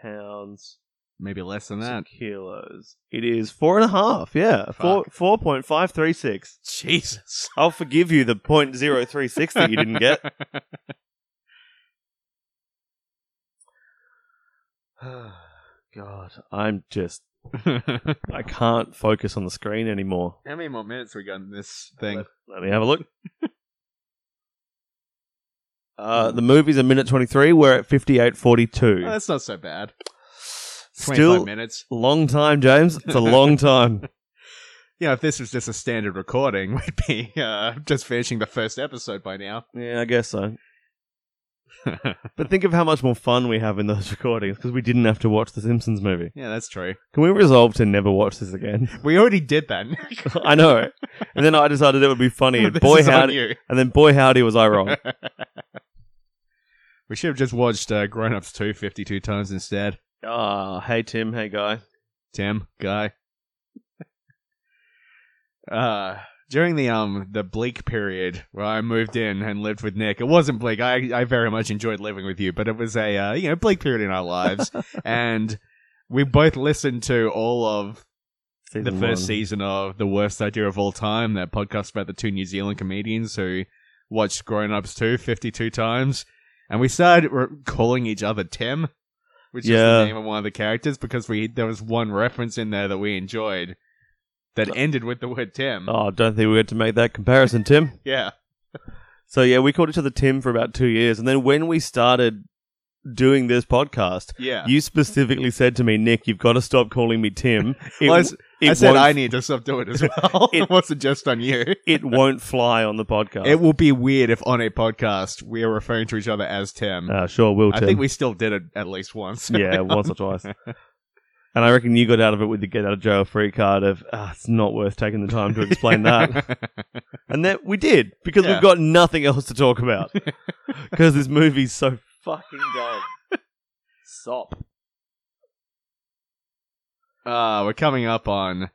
Speaker 3: pounds
Speaker 4: maybe less than
Speaker 3: to
Speaker 4: that.
Speaker 3: kilos. It is four and a half. Yeah. Four, 4.536.
Speaker 4: Jesus.
Speaker 3: I'll forgive you the 0.036 that you didn't get. God, I'm just.
Speaker 4: How
Speaker 3: I can't focus on the screen anymore.
Speaker 4: many more minutes we got in this thing?
Speaker 3: Let, let me have a look. uh, the movie's a minute 23. We're at
Speaker 4: Oh,
Speaker 3: 58.42.
Speaker 4: that's not so bad.
Speaker 3: Still
Speaker 4: minutes.
Speaker 3: long time, James. It's a long time.
Speaker 4: Yeah, if this was just a standard recording, we'd be uh, just finishing the first episode by now.
Speaker 3: yeah, I guess so. But think of how much more fun we have in those recordings because we didn't have to watch the Simpsons movie.
Speaker 4: yeah, that's true.
Speaker 3: Can we resolve to never watch this again?
Speaker 4: We already did that. Nick.
Speaker 3: I know. And then I decided it would be funny. And
Speaker 4: This
Speaker 3: boy,
Speaker 4: is on
Speaker 3: howdy.
Speaker 4: you.
Speaker 3: And then boy, howdy, was I wrong.
Speaker 4: We should have just watched uh, Grown Ups 2 52 times instead.
Speaker 3: Ah, hey, Tim. Hey, guy.
Speaker 4: Tim guy. uh during the um the bleak period where I moved in and lived with Nick, it wasn't bleak. I I very much enjoyed living with you, but it was a uh, you know bleak period in our lives, and we both listened to all of the
Speaker 3: Season
Speaker 4: first
Speaker 3: one.
Speaker 4: season of the worst idea of all time, that podcast about the two New Zealand comedians who watched Grown Ups 2 52 times, and we started re- calling each other Tim, which is
Speaker 3: Yeah.
Speaker 4: the name of one of the characters because we there was one reference in there that we enjoyed that ended with the word Tim.
Speaker 3: Oh, I don't think we had to make that comparison, Tim.
Speaker 4: Yeah,
Speaker 3: So yeah, we called each other Tim for about two years, and then when we started doing this podcast,
Speaker 4: yeah.
Speaker 3: you specifically said to me, Nick, you've got to stop calling me Tim. It,
Speaker 4: Well, I s-
Speaker 3: it
Speaker 4: I said
Speaker 3: won't,
Speaker 4: I need to stop doing it as well. it
Speaker 3: It- Oh.
Speaker 4: wasn't just on you.
Speaker 3: it won't fly on the podcast.
Speaker 4: It will be weird if on a podcast we are referring to each other as Tim.
Speaker 3: uh, sure, will
Speaker 4: I
Speaker 3: Tim.
Speaker 4: think we still did it at least once.
Speaker 3: yeah, once or twice. And I reckon you got out of it with the get out of jail free card of ah, it's not worth taking the time to explain that. and that we did because
Speaker 4: Yeah.
Speaker 3: we've got nothing else to talk about because this movie's so fucking dumb. sop.
Speaker 4: Uh, we're coming up on.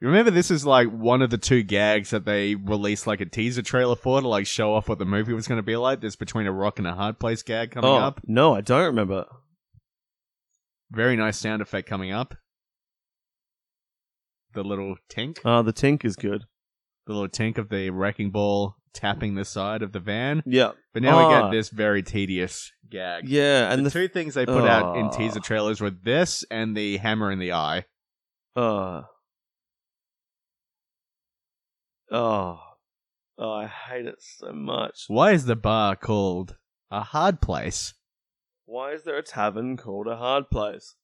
Speaker 4: You Remember, this is like one of the two gags that they released like a teaser trailer for to like show off what the movie was going to be like. This between a rock and a hard place gag coming
Speaker 3: oh
Speaker 4: up.
Speaker 3: no, I don't remember.
Speaker 4: Very nice sound effect coming up. The little tink,
Speaker 3: Uh, the tink is good.
Speaker 4: the little tink of the wrecking ball tapping the side of the van.
Speaker 3: Yeah,
Speaker 4: But now we
Speaker 3: Ah.
Speaker 4: get this very tedious gag.
Speaker 3: yeah, and
Speaker 4: the,
Speaker 3: the,
Speaker 4: two things they put out in
Speaker 3: Ah.
Speaker 4: teaser trailers were this and the hammer in the eye.
Speaker 3: uh, oh, oh, I hate it so much.
Speaker 4: Why is the bar called a hard place?
Speaker 3: Why is there a tavern called a hard place?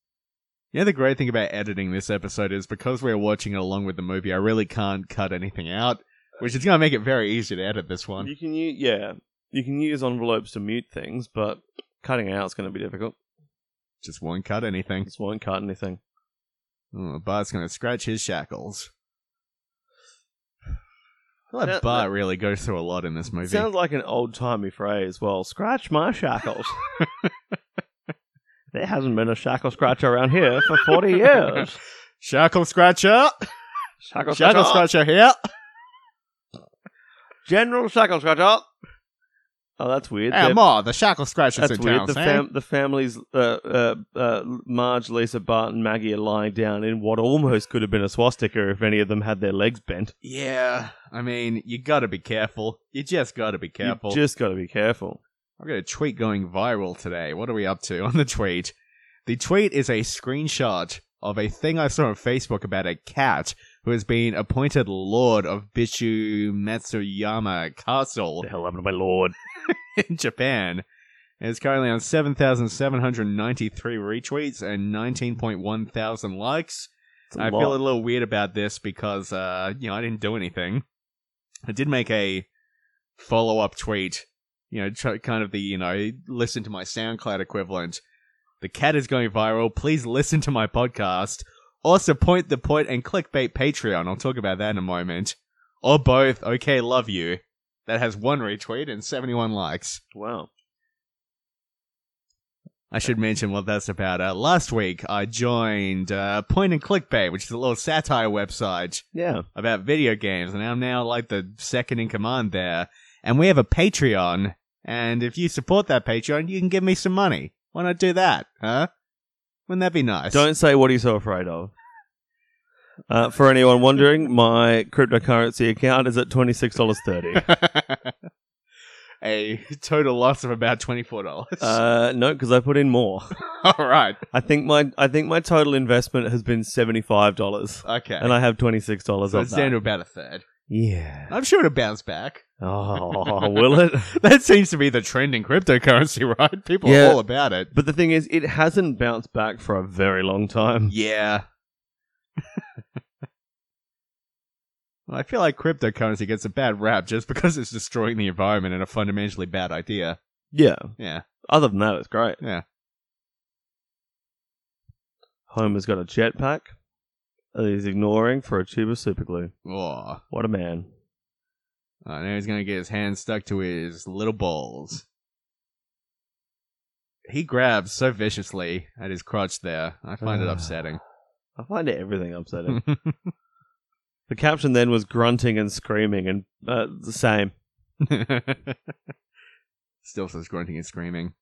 Speaker 4: You know, the great thing about editing this episode is because we're watching it along with the movie, I really can't cut anything out, which is going to make it very easy to edit this one.
Speaker 3: You can use yeah, you can use envelopes to mute things, but cutting it out is going to be difficult.
Speaker 4: Just won't cut anything.
Speaker 3: This won't cut anything.
Speaker 4: Oh, Bart's going to scratch his shackles. Well,
Speaker 3: That-
Speaker 4: that Bart really goes through a lot in this movie.
Speaker 3: Sounds like an old timey phrase. Well, scratch my shackles. there hasn't been a shackle scratcher around here for 40 years.
Speaker 4: Shackle scratcher!
Speaker 3: Shackle
Speaker 4: Shackle
Speaker 3: scratcher.
Speaker 4: scratcher here!
Speaker 3: General shackle scratcher. Oh, that's weird.
Speaker 4: Yeah,
Speaker 3: They're-
Speaker 4: Ma, the shackle eh? scratcher's
Speaker 3: that's
Speaker 4: in
Speaker 3: weird.
Speaker 4: town,
Speaker 3: the,
Speaker 4: Sam.
Speaker 3: fam- the families, uh, uh, uh, Marge, Lisa, Bart, and Maggie are lying down in what almost could have been a swastika if any of them had their legs bent.
Speaker 4: yeah, I mean, you gotta be careful. You just gotta be careful.
Speaker 3: You've just got to be careful.
Speaker 4: I've got a tweet going viral today. What are we up to on the tweet? The tweet is a screenshot of a thing I saw on Facebook about a cat who has been appointed Lord of Bishu Matsuyama Castle
Speaker 3: What the hell happened to my lord?
Speaker 4: in Japan. And it's currently on 7,793 retweets and 19.1 thousand likes.
Speaker 3: It's a
Speaker 4: I
Speaker 3: lot.
Speaker 4: feel a little weird about this because uh, you know I didn't do anything. I did make a follow up tweet, you know, try, kind of the you know listen to my SoundCloud equivalent. The cat is going viral. Please listen to my podcast. Also, point the point and clickbait Patreon. I'll talk about that in a moment. Or both. Okay, love you. That has one retweet and 71 likes.
Speaker 3: wow.
Speaker 4: I should mention what that's about. Uh, last week, I joined uh, Point and Clickbait, which is a little satire website
Speaker 3: Yeah.
Speaker 4: about video games, and I'm now like the second in command there. And we have a Patreon, and if you support that Patreon, you can give me some money. Why not do that, huh? Wouldn't that be nice?
Speaker 3: Don't say what he's so afraid of. Uh, for anyone wondering, my cryptocurrency account is at twenty six dollars thirty.
Speaker 4: a total loss of about twenty four dollars.
Speaker 3: Uh, no, because I put in more.
Speaker 4: All right,
Speaker 3: I think my I think my total investment has been seventy five dollars,
Speaker 4: okay.
Speaker 3: and I have twenty six dollars
Speaker 4: so
Speaker 3: of
Speaker 4: it's down
Speaker 3: that.
Speaker 4: to about a third.
Speaker 3: Yeah.
Speaker 4: I'm sure it'll bounce back.
Speaker 3: Oh, will it?
Speaker 4: That seems to be the trend in cryptocurrency, right? People
Speaker 3: Yeah.
Speaker 4: are all about it.
Speaker 3: But the thing is, it hasn't bounced back for a very long time.
Speaker 4: Yeah. well, I feel like cryptocurrency gets a bad rap just because it's destroying the environment and a fundamentally bad idea.
Speaker 3: Yeah.
Speaker 4: Yeah.
Speaker 3: Other than that, it's great.
Speaker 4: Yeah.
Speaker 3: Homer's got a jetpack that he's ignoring for a tube of super glue.
Speaker 4: Oh,
Speaker 3: What a man.
Speaker 4: now he's going to get his hand stuck to his little balls. He grabs so viciously at his crotch there. I find it upsetting.
Speaker 3: I find everything upsetting. the caption then was grunting and screaming, and uh, the same.
Speaker 4: Still says grunting and screaming.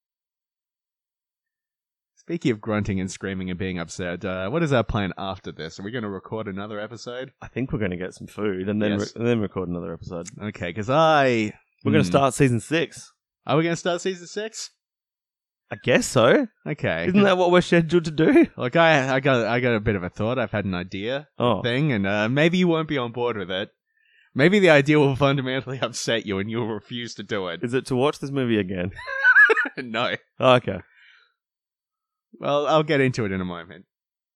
Speaker 4: Speaking of grunting and screaming and being upset, uh, what is our plan after this? Are we going to record another episode?
Speaker 3: I think we're going to get some food and then
Speaker 4: Yes.
Speaker 3: re- and then record another episode.
Speaker 4: Okay, because I
Speaker 3: We're going
Speaker 4: Hmm.
Speaker 3: to start season six.
Speaker 4: Are we going to start season six?
Speaker 3: I guess so.
Speaker 4: Okay,
Speaker 3: Isn't that what we're scheduled to do?
Speaker 4: Look, I I got I got a bit of a thought. I've had an idea
Speaker 3: Oh,
Speaker 4: thing, and uh, maybe you won't be on board with it. Maybe the idea will fundamentally upset you, and you'll refuse to do it.
Speaker 3: is it to watch this movie again?
Speaker 4: no.
Speaker 3: Oh, okay.
Speaker 4: Well, I'll get into it in a moment.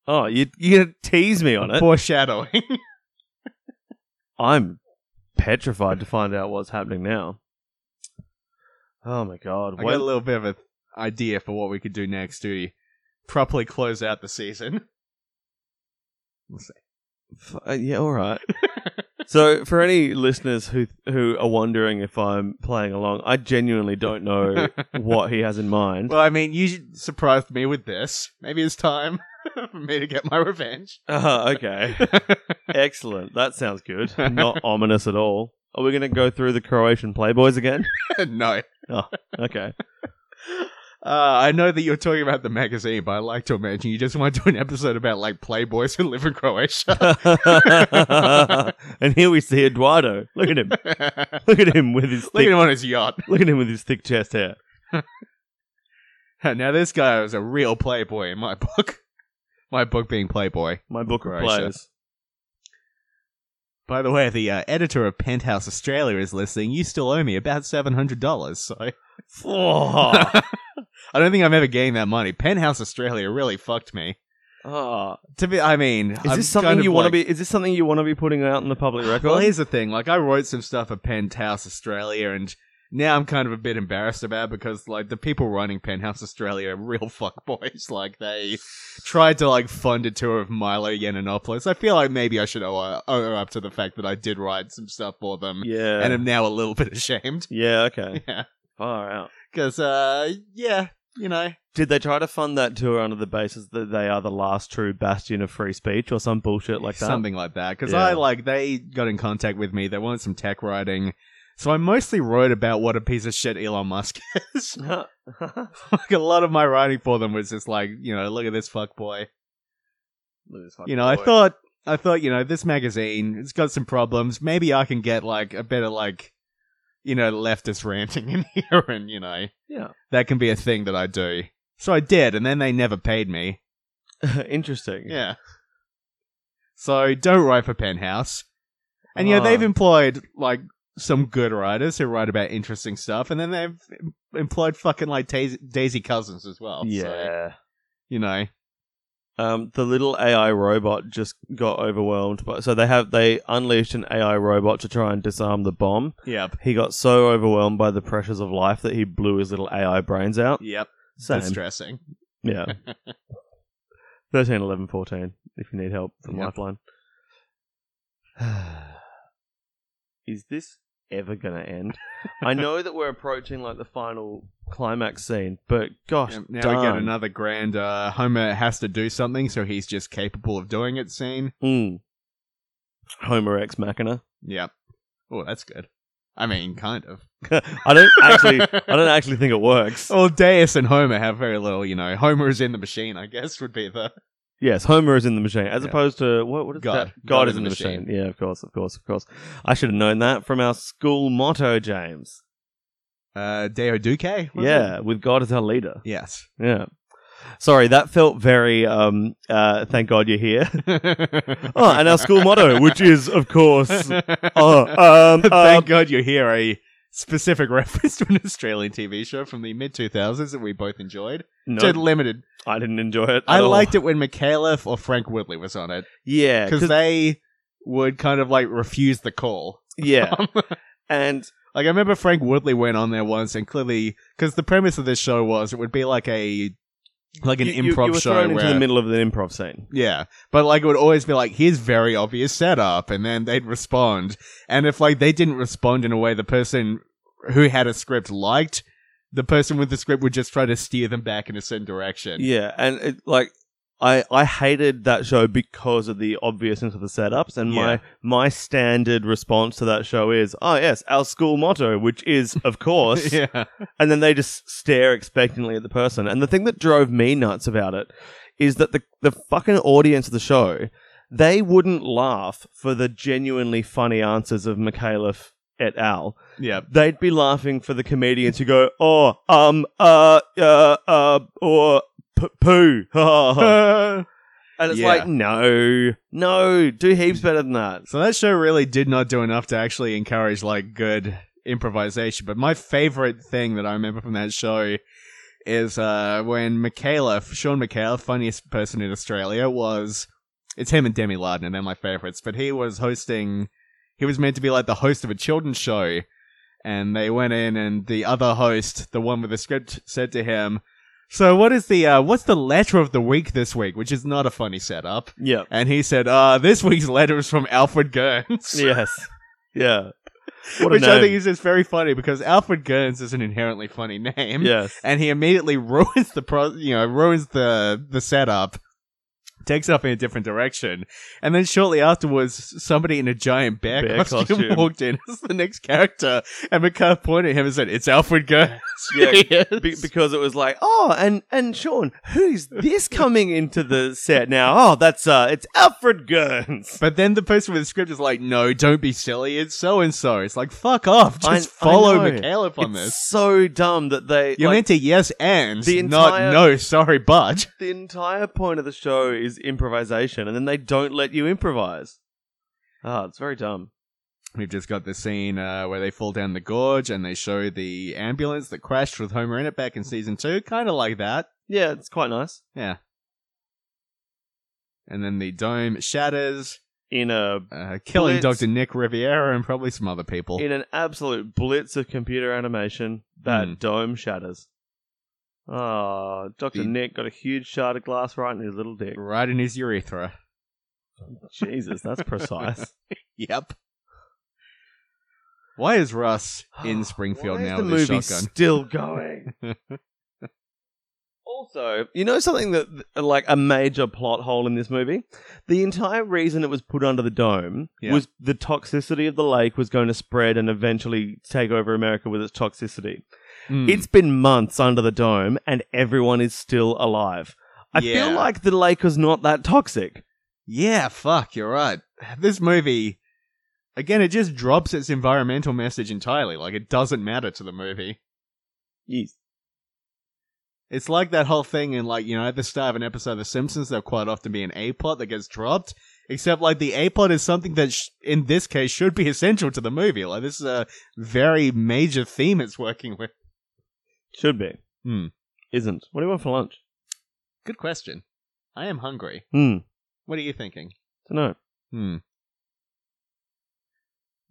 Speaker 3: Oh, you you gonna tease me on it?
Speaker 4: Foreshadowing.
Speaker 3: I'm petrified to find out what's happening now. Oh my god!
Speaker 4: I
Speaker 3: When-
Speaker 4: got a little bit of an idea for what we could do next to properly close out the season.
Speaker 3: F- uh, yeah, all right. So, for any listeners who who are wondering if I'm playing along, I genuinely don't know what he has in mind.
Speaker 4: Well, I mean, you surprised me with this. Maybe it's time for me to get my revenge.
Speaker 3: Ah, okay, excellent. That sounds good. Not ominous at all. Are we going to go through the Croatian playboys again?
Speaker 4: no.
Speaker 3: Okay.
Speaker 4: Uh, I know that you're talking about the magazine, but I like to imagine you just want to do an episode about like playboys who live in Croatia.
Speaker 3: and here we see Eduardo. Look at him.
Speaker 4: Look at
Speaker 3: Look at him with his thick,
Speaker 4: him on his yacht.
Speaker 3: look at him with his thick chest hair.
Speaker 4: Now this guy was a real playboy in my book. My book being Playboy.
Speaker 3: My book of
Speaker 4: Croatia.
Speaker 3: players.
Speaker 4: By the way, the uh, editor of Penthouse Australia is listening. You still owe me about seven hundred dollars. So
Speaker 3: Oh,
Speaker 4: I don't think I've ever gained that money. Penthouse Australia really fucked me.
Speaker 3: oh.
Speaker 4: To be, I mean,
Speaker 3: Is this something you want to be? Is this something you want to be putting out in the public record?
Speaker 4: Well, here's the thing. Like, I wrote some stuff at Penthouse Australia, and now I'm kind of a bit embarrassed about it because, like, the people running Penthouse Australia are real fuckboys. Like, they tried to, like, fund a tour of Milo Yiannopoulos. I feel like maybe I should owe, owe up to the fact that I did write some stuff for them,
Speaker 3: yeah,
Speaker 4: and am now a little bit ashamed.
Speaker 3: yeah, okay,
Speaker 4: Yeah.
Speaker 3: far out.
Speaker 4: Because, uh, yeah, you know.
Speaker 3: Did they try to fund that tour under the basis that they are the last true bastion of free speech or some bullshit like that?
Speaker 4: something like that because
Speaker 3: Yeah.
Speaker 4: i like they got in contact with me they wanted some tech writing so i mostly wrote about what a piece of shit elon musk is
Speaker 3: Look
Speaker 4: like a lot of my writing for them was just like you know look at this fuck boy
Speaker 3: at this
Speaker 4: you know i
Speaker 3: fucking boy.
Speaker 4: thought i thought you know this magazine it's got some problems maybe i can get like a better like you know leftist ranting in here and you know
Speaker 3: Yeah.
Speaker 4: that can be a thing that i do so i did and then they never paid me
Speaker 3: Interesting.
Speaker 4: yeah so don't write for penthouse and you know
Speaker 3: Ah.
Speaker 4: they've employed like some good writers who write about interesting stuff and then they've em- employed fucking like Daisy, Daisy Cousins as well. so,
Speaker 3: Yeah.
Speaker 4: you know.
Speaker 3: Um, the little AI robot just got overwhelmed, but so they have they unleashed an AI robot to try and disarm the bomb.
Speaker 4: Yep.
Speaker 3: He got so overwhelmed by the pressures of life that he blew his little AI brains out.
Speaker 4: Yep.
Speaker 3: Same.
Speaker 4: Distressing.
Speaker 3: Yeah. 13, 11, 14, if you need help from
Speaker 4: Yeah.
Speaker 3: Lifeline. Is this ever going to end? I know that we're approaching like the final climax scene, but gosh,
Speaker 4: now we get
Speaker 3: darn.
Speaker 4: another grand uh, Homer has to do something, so he's just capable of doing it scene.
Speaker 3: Mm. Homer X Machina.
Speaker 4: Yep. Oh, that's good. I mean, kind of.
Speaker 3: I don't actually I don't actually think it works.
Speaker 4: Well, Deus and Homer have very little, you know. Homer is in the machine, I guess, would be the.
Speaker 3: Yes, Homer is in the machine, as
Speaker 4: Yeah.
Speaker 3: opposed to what? What is
Speaker 4: God.
Speaker 3: that? God, is in the machine. Yeah, of course, of course, of course. I should have known that from our school motto, James.
Speaker 4: Uh, Deo Duque? was it?
Speaker 3: yeah, with God as our leader.
Speaker 4: Yes.
Speaker 3: Yeah. Sorry, that felt very. Um, uh, thank God you're here. Oh, and our school motto, which is, of course, oh, um,
Speaker 4: Thank
Speaker 3: um,
Speaker 4: God you hear a specific reference to an Australian TV show from the mid 2000s that we both enjoyed.
Speaker 3: no,
Speaker 4: Did limited.
Speaker 3: I didn't enjoy it.
Speaker 4: I
Speaker 3: at all.
Speaker 4: liked it when Michaela or Frank Woodley was on it
Speaker 3: yeah,
Speaker 4: because
Speaker 3: 'cause-
Speaker 4: they would kind of like refuse the call.
Speaker 3: yeah, and
Speaker 4: Like I remember Frank Woodley went on there once and clearly because the premise of this show was it would be like a like an
Speaker 3: you, you-
Speaker 4: improv
Speaker 3: you were
Speaker 4: show
Speaker 3: thrown
Speaker 4: where
Speaker 3: into the middle of an improv scene.
Speaker 4: Yeah. But like it would always be like, here's very obvious setup, and then they'd respond. And if like they didn't respond in a way the person who had a script liked, the person with the script would just try to steer them back in a certain direction.
Speaker 3: Yeah, and it, like I I hated that show because of the obviousness of the setups, and
Speaker 4: Yeah.
Speaker 3: my my standard response to that show is, oh yes, our school motto, which is of course,
Speaker 4: Yeah.
Speaker 3: and then they just stare expectantly at the person. And the thing that drove me nuts about it is that the the fucking audience of the show they wouldn't laugh for the genuinely funny answers of Michaela et al
Speaker 4: Yeah.
Speaker 3: they'd be laughing for the comedians who go, oh, um, uh, uh, uh, or p- poo. and it's
Speaker 4: Yeah.
Speaker 3: like, no, no, do heaps better than that.
Speaker 4: So that show really did not do enough to actually encourage like good improvisation. But my favorite thing that I remember from that show is uh, when Michaela, Sean Michaela, funniest person in Australia, was it's him and Demi Lardner. They're my favorites. But he was hosting. He was meant to be like the host of a children's show, and they went in, and the other host, the one with the script, said to him. So what is the uh, what's the letter of the week this week? Which is not a funny setup.
Speaker 3: Yep.
Speaker 4: And he said, uh, this week's letter is from Alfred Gerns.
Speaker 3: yes. Yeah. What a
Speaker 4: Which I
Speaker 3: name.
Speaker 4: think is just very funny because Alfred Gerns is an inherently funny name.
Speaker 3: yes.
Speaker 4: And he immediately ruins the pro- you know, ruins the the setup. Takes off in a different direction. And then shortly afterwards, somebody in a giant bear,
Speaker 3: Bear
Speaker 4: costume,
Speaker 3: costume.
Speaker 4: walked in as the next character. And McCart pointed at him and said, It's Alfred Gerns.
Speaker 3: Yeah,
Speaker 4: Yes.
Speaker 3: Be- because it was like, oh, and and Sean, who's this coming into the set now? Oh, that's uh, it's Alfred Gerns.
Speaker 4: But then the person with the script is like, no, don't be silly. It's so and so. It's like, fuck off.
Speaker 3: I-
Speaker 4: Just follow
Speaker 3: I know.
Speaker 4: McCaleb on
Speaker 3: It's
Speaker 4: this.
Speaker 3: so dumb that they
Speaker 4: You're
Speaker 3: like,
Speaker 4: meant to yes and,
Speaker 3: the entire-
Speaker 4: not no, sorry, but.
Speaker 3: the entire point of the show is improvisation, and then they don't let you improvise. Ah, it's very dumb.
Speaker 4: We've just got the scene uh, where they fall down the gorge and they show the ambulance that crashed with Homer in it back in season two. Kind of like that.
Speaker 3: Yeah, it's quite nice.
Speaker 4: Yeah. And then the dome shatters,
Speaker 3: In a
Speaker 4: uh, killing
Speaker 3: Blitz.
Speaker 4: Dr. Nick Riviera and probably some other people.
Speaker 3: in an absolute blitz of computer animation, that
Speaker 4: Hmm.
Speaker 3: dome shatters. Ah, Doctor
Speaker 4: The-
Speaker 3: Nick got a huge shard of glass right in his little dick.
Speaker 4: right in his urethra.
Speaker 3: Jesus, that's precise.
Speaker 4: Yep. Why is Russ in Springfield
Speaker 3: Why is
Speaker 4: now
Speaker 3: the
Speaker 4: with his
Speaker 3: movie
Speaker 4: shotgun?
Speaker 3: still going. also, you know something that uh, like a major plot hole in this movie? The entire reason it was put under the dome
Speaker 4: Yeah.
Speaker 3: was the toxicity of the lake was going to spread and eventually take over America with its toxicity.
Speaker 4: Mm.
Speaker 3: It's been months under the dome and everyone is still alive. I
Speaker 4: Yeah.
Speaker 3: feel like the lake was not that toxic.
Speaker 4: yeah, fuck, you're right. This movie, again, it just drops its environmental message entirely. Like it doesn't matter to the movie.
Speaker 3: Yes.
Speaker 4: It's like that whole thing in like you know at the start of an episode of The Simpsons, there'll quite often be an A plot that gets dropped. Except like the A plot is something that sh- in this case should be essential to the movie. Like this is a very major theme it's working with.
Speaker 3: Should be.
Speaker 4: Hmm.
Speaker 3: Isn't. What do you want for lunch?
Speaker 4: Good question. I am hungry.
Speaker 3: Hmm.
Speaker 4: What are you thinking?
Speaker 3: Dunno.
Speaker 4: Hmm.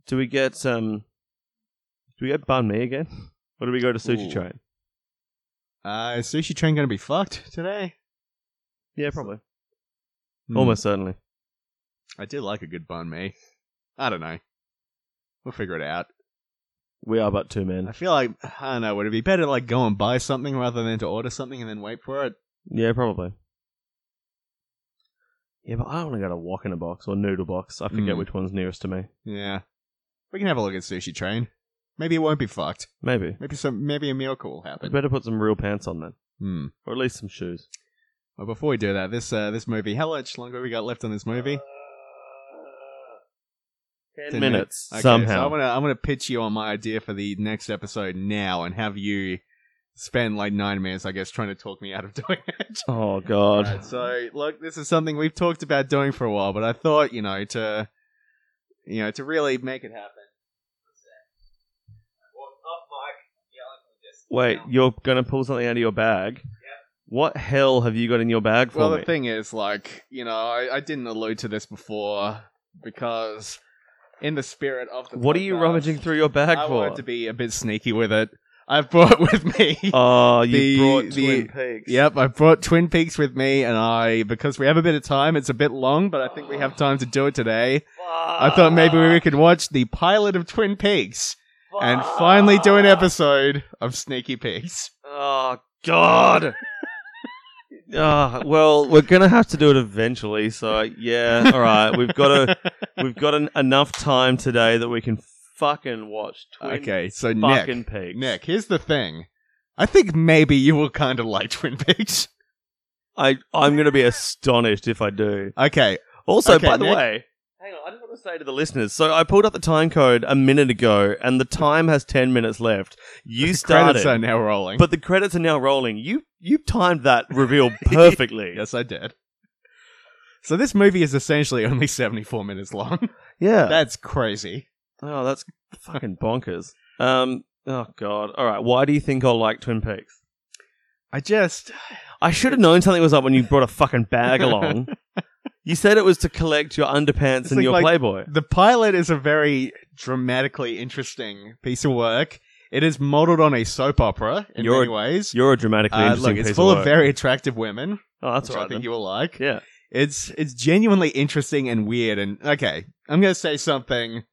Speaker 3: Do we get um? Do we get banh mi again, or do we go to sushi
Speaker 4: Ooh.
Speaker 3: train?
Speaker 4: Uh, is Sushi Train going to be fucked today?
Speaker 3: Yeah, probably.
Speaker 4: Hmm.
Speaker 3: Almost certainly.
Speaker 4: I do like a good bun me. I don't know. We'll figure it out.
Speaker 3: We are but two
Speaker 4: I
Speaker 3: men.
Speaker 4: feel like I don't know. Would it be better to like go and buy something rather than to order something and then wait for it?
Speaker 3: Yeah, probably. Yeah, but I want to go to Wok in a Box or Noodle Box. I forget
Speaker 4: Mm.
Speaker 3: which one's nearest to me.
Speaker 4: Yeah. We can have a look at Sushi Train. Maybe it won't be fucked.
Speaker 3: Maybe.
Speaker 4: Maybe some. Maybe a miracle will
Speaker 3: We
Speaker 4: happen.
Speaker 3: better put some real pants on then,
Speaker 4: Hmm.
Speaker 3: or at least some shoes.
Speaker 4: Well, before we do that, this uh, this movie. How much longer we got left on this movie?
Speaker 3: Ten,
Speaker 4: Ten
Speaker 3: minutes,
Speaker 4: Okay, So
Speaker 3: somehow.
Speaker 4: I'm gonna I'm gonna pitch you on my idea for the next episode now and have you spend like nine minutes, I guess, trying to talk me out of doing it.
Speaker 3: Oh god.
Speaker 4: Alright, so look, this is something we've talked about doing for a while, but I thought, you know, to you know, to really make it happen.
Speaker 3: Wait, you're gonna pull something out of your bag? What hell have you got in your bag for
Speaker 4: Well,
Speaker 3: me?
Speaker 4: the thing is, like, you know, I, I didn't allude to this before because, in the spirit of the
Speaker 3: what are you
Speaker 4: podcast,
Speaker 3: rummaging through your bag
Speaker 4: I
Speaker 3: for?
Speaker 4: wanted to be a bit sneaky with it. I've brought with me.
Speaker 3: Oh, you
Speaker 4: The-
Speaker 3: brought Twin
Speaker 4: the-
Speaker 3: Peaks.
Speaker 4: Yep, I brought Twin Peaks with me, and I because we have a bit of time. It's a bit long, but I think we have time to do it today. I thought maybe we could watch the pilot of Twin Peaks and finally do an episode of Sneaky Peaks.
Speaker 3: Oh God. Ah, well, we're gonna have to do it eventually. So yeah, all right. We've got to. We've got en- enough time today that we can fucking watch Twin
Speaker 4: Okay, so
Speaker 3: fucking
Speaker 4: Nick,
Speaker 3: Peaks.
Speaker 4: Nick, here's the thing. I think maybe you will kind of like Twin Peaks.
Speaker 3: I I'm gonna be astonished if I do.
Speaker 4: Okay,
Speaker 3: Also,
Speaker 4: Okay,
Speaker 3: by the
Speaker 4: Nick.
Speaker 3: way. Hang on, I just want to say to the listeners. So I pulled up the time code a minute ago, and the time has ten minutes left. You
Speaker 4: credits are
Speaker 3: started,
Speaker 4: now rolling.
Speaker 3: but the credits are now rolling. You you timed that reveal perfectly.
Speaker 4: yes, I did. So this movie is essentially only 74 minutes long.
Speaker 3: Yeah.
Speaker 4: That's crazy.
Speaker 3: Oh, that's fucking bonkers. Um. Oh God. All right. Why do you think I like Twin Peaks?
Speaker 4: I just
Speaker 3: I should have known something was up when you brought a fucking bag along. you said it was to collect your underpants
Speaker 4: It's
Speaker 3: and
Speaker 4: like-
Speaker 3: your
Speaker 4: like-
Speaker 3: Playboy.
Speaker 4: the pilot is a very dramatically interesting piece of work. It is modeled on a soap opera in
Speaker 3: You're-
Speaker 4: many ways.
Speaker 3: You're a dramatically
Speaker 4: Uh,
Speaker 3: interesting
Speaker 4: look, it's
Speaker 3: piece
Speaker 4: full
Speaker 3: of,
Speaker 4: of,
Speaker 3: work.
Speaker 4: very attractive women,
Speaker 3: Oh, that's
Speaker 4: which
Speaker 3: all right.
Speaker 4: I think
Speaker 3: then.
Speaker 4: you will like.
Speaker 3: Yeah.
Speaker 4: It's it's genuinely interesting and weird. And okay, I'm gonna say something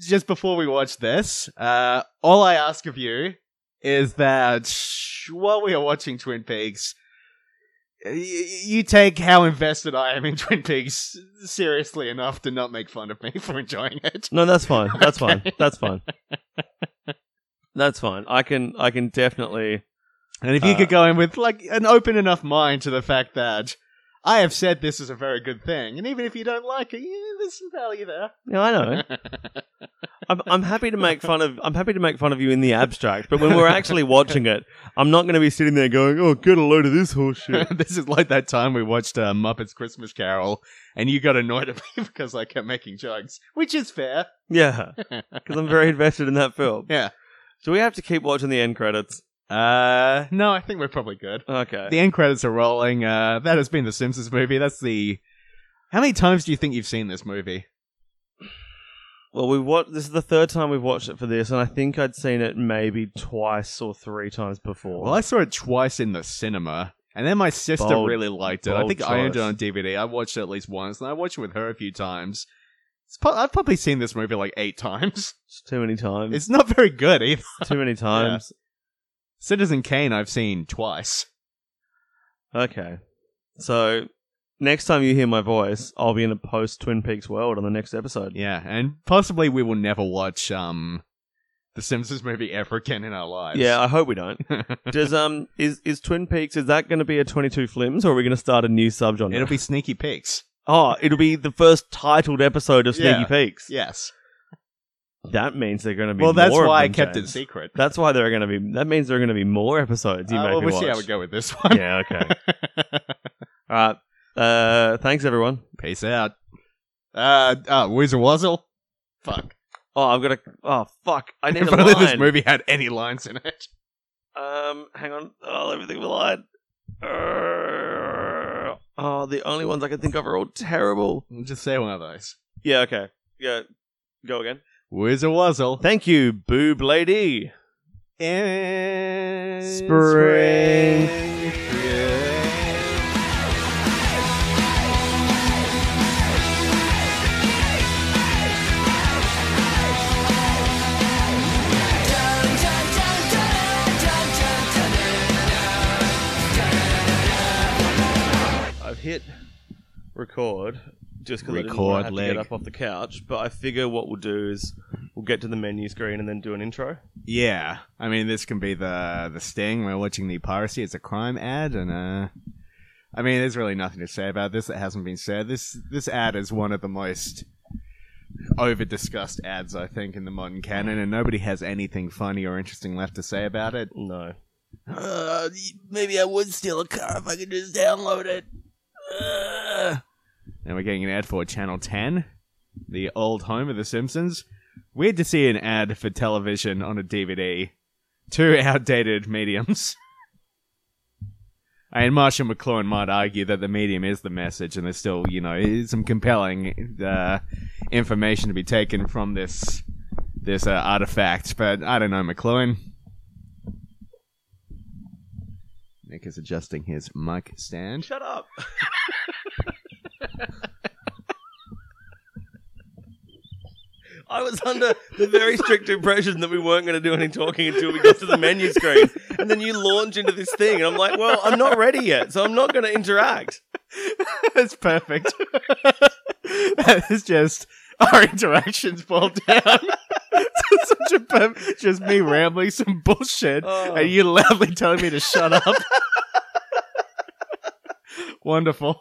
Speaker 4: just before we watch this. Uh, all I ask of you is that while we are watching Twin Peaks, y- y- you take how invested I am in Twin Peaks seriously enough to not make fun of me for enjoying it.
Speaker 3: No, that's fine. That's
Speaker 4: Okay.
Speaker 3: fine. That's fine. That's fine. I can I can definitely
Speaker 4: And if you
Speaker 3: Uh,
Speaker 4: could go in with like an open enough mind to the fact that I have said this is a very good thing, and even if you don't like it, yeah, there's some value there.
Speaker 3: Yeah, I know. I'm, I'm happy to make fun of I'm happy to make fun of you in the abstract, but when we're actually watching it, I'm not going to be sitting there going, "Oh, get a load of this horseshit."
Speaker 4: this is like that time we watched uh, Muppets Christmas Carol, and you got annoyed at me because I kept making jokes, which is fair.
Speaker 3: yeah, because I'm very invested in that film.
Speaker 4: Yeah.
Speaker 3: Do we have to keep watching the end credits?
Speaker 4: Uh, no, I think we're probably good.
Speaker 3: Okay.
Speaker 4: The end credits are rolling. Uh, that has been the Simpsons movie. That's the. How many times do you think you've seen this movie?
Speaker 3: well, we watched. This is the third time we've watched it for this, and I think I'd seen it maybe twice or three times before.
Speaker 4: Well, I saw it twice in the cinema, and then my sister
Speaker 3: Bold-
Speaker 4: really liked it. I
Speaker 3: bold
Speaker 4: think I owned it
Speaker 3: choice.
Speaker 4: on DVD. I watched it at least once, and I watched it with her a few times. It's pro- I've probably seen this movie like eight times.
Speaker 3: It's too many times.
Speaker 4: It's not very good either.
Speaker 3: too many times.
Speaker 4: Citizen Kane, I've seen twice.
Speaker 3: Okay. So next time you hear my voice, I'll be in a post Twin Peaks world on the next episode.
Speaker 4: Yeah, and possibly we will never watch um the Simpsons movie ever again in our lives.
Speaker 3: Yeah, I hope we don't. Does um is is Twin Peaks is that going to be a twenty two flims or are we going to start a new subgenre?
Speaker 4: it'll be sneaky peaks.
Speaker 3: oh, it'll be the first titled episode of Sneaky
Speaker 4: Yeah.
Speaker 3: Peaks.
Speaker 4: Yes.
Speaker 3: That means they're going to be
Speaker 4: well, that's
Speaker 3: more of
Speaker 4: why I
Speaker 3: them,
Speaker 4: kept it
Speaker 3: James.
Speaker 4: secret.
Speaker 3: That's why there are going to be. That means there are going to be more episodes. You
Speaker 4: Uh,
Speaker 3: make
Speaker 4: well,
Speaker 3: me
Speaker 4: we'll
Speaker 3: watch.
Speaker 4: see how we go with this one.
Speaker 3: Yeah. Okay. All right. Uh, thanks everyone.
Speaker 4: Peace out. Uh, uh Weezer Wuzzle. Fuck.
Speaker 3: Oh, I've got a. Oh, fuck! I need
Speaker 4: If
Speaker 3: a
Speaker 4: only this
Speaker 3: line.
Speaker 4: movie had any lines in it.
Speaker 3: Um, hang on. Oh, let me think of a line. Err. Oh, the only ones I can think of are all terrible.
Speaker 4: Just say one of those.
Speaker 3: Yeah. Okay. Yeah. Go again.
Speaker 4: Weezer Wuzzle.
Speaker 3: Thank you, boob lady.
Speaker 4: And
Speaker 3: Spring. I've hit record just because I didn't wanna
Speaker 4: Record
Speaker 3: have to
Speaker 4: leg.
Speaker 3: get up off the couch. But I figure what we'll do is we'll get to the menu screen and then do an intro.
Speaker 4: Yeah, I mean, this can be the the sting. We're watching the piracy. It's a crime ad, and uh, I mean, there's really nothing to say about this that hasn't been said. This this ad is one of the most over discussed ads I think in the modern canon, and nobody has anything funny or interesting left to say about it.
Speaker 3: No.
Speaker 4: Uh, maybe I would steal a car if I could just download it. Uh. And we're getting an ad for Channel 10, the old home of The Simpsons. Weird to see an ad for television on a DVD. Two outdated mediums. And Marshall McLuhan might argue that the medium is the message, and there's still, you know, some compelling uh, information to be taken from this this uh, artifact. But I don't know, McLuhan. Nick is adjusting his mic stand.
Speaker 3: Shut up. I was under the very strict impression that we weren't going to do any talking until we got to the menu screen. And then you launch into this thing, and I'm like, well, I'm not ready yet, so I'm not going to interact.
Speaker 4: That's perfect. that is just our interactions fall down. It's such a perf- just me rambling some bullshit
Speaker 3: Oh.
Speaker 4: and you loudly telling me to shut up. Wonderful.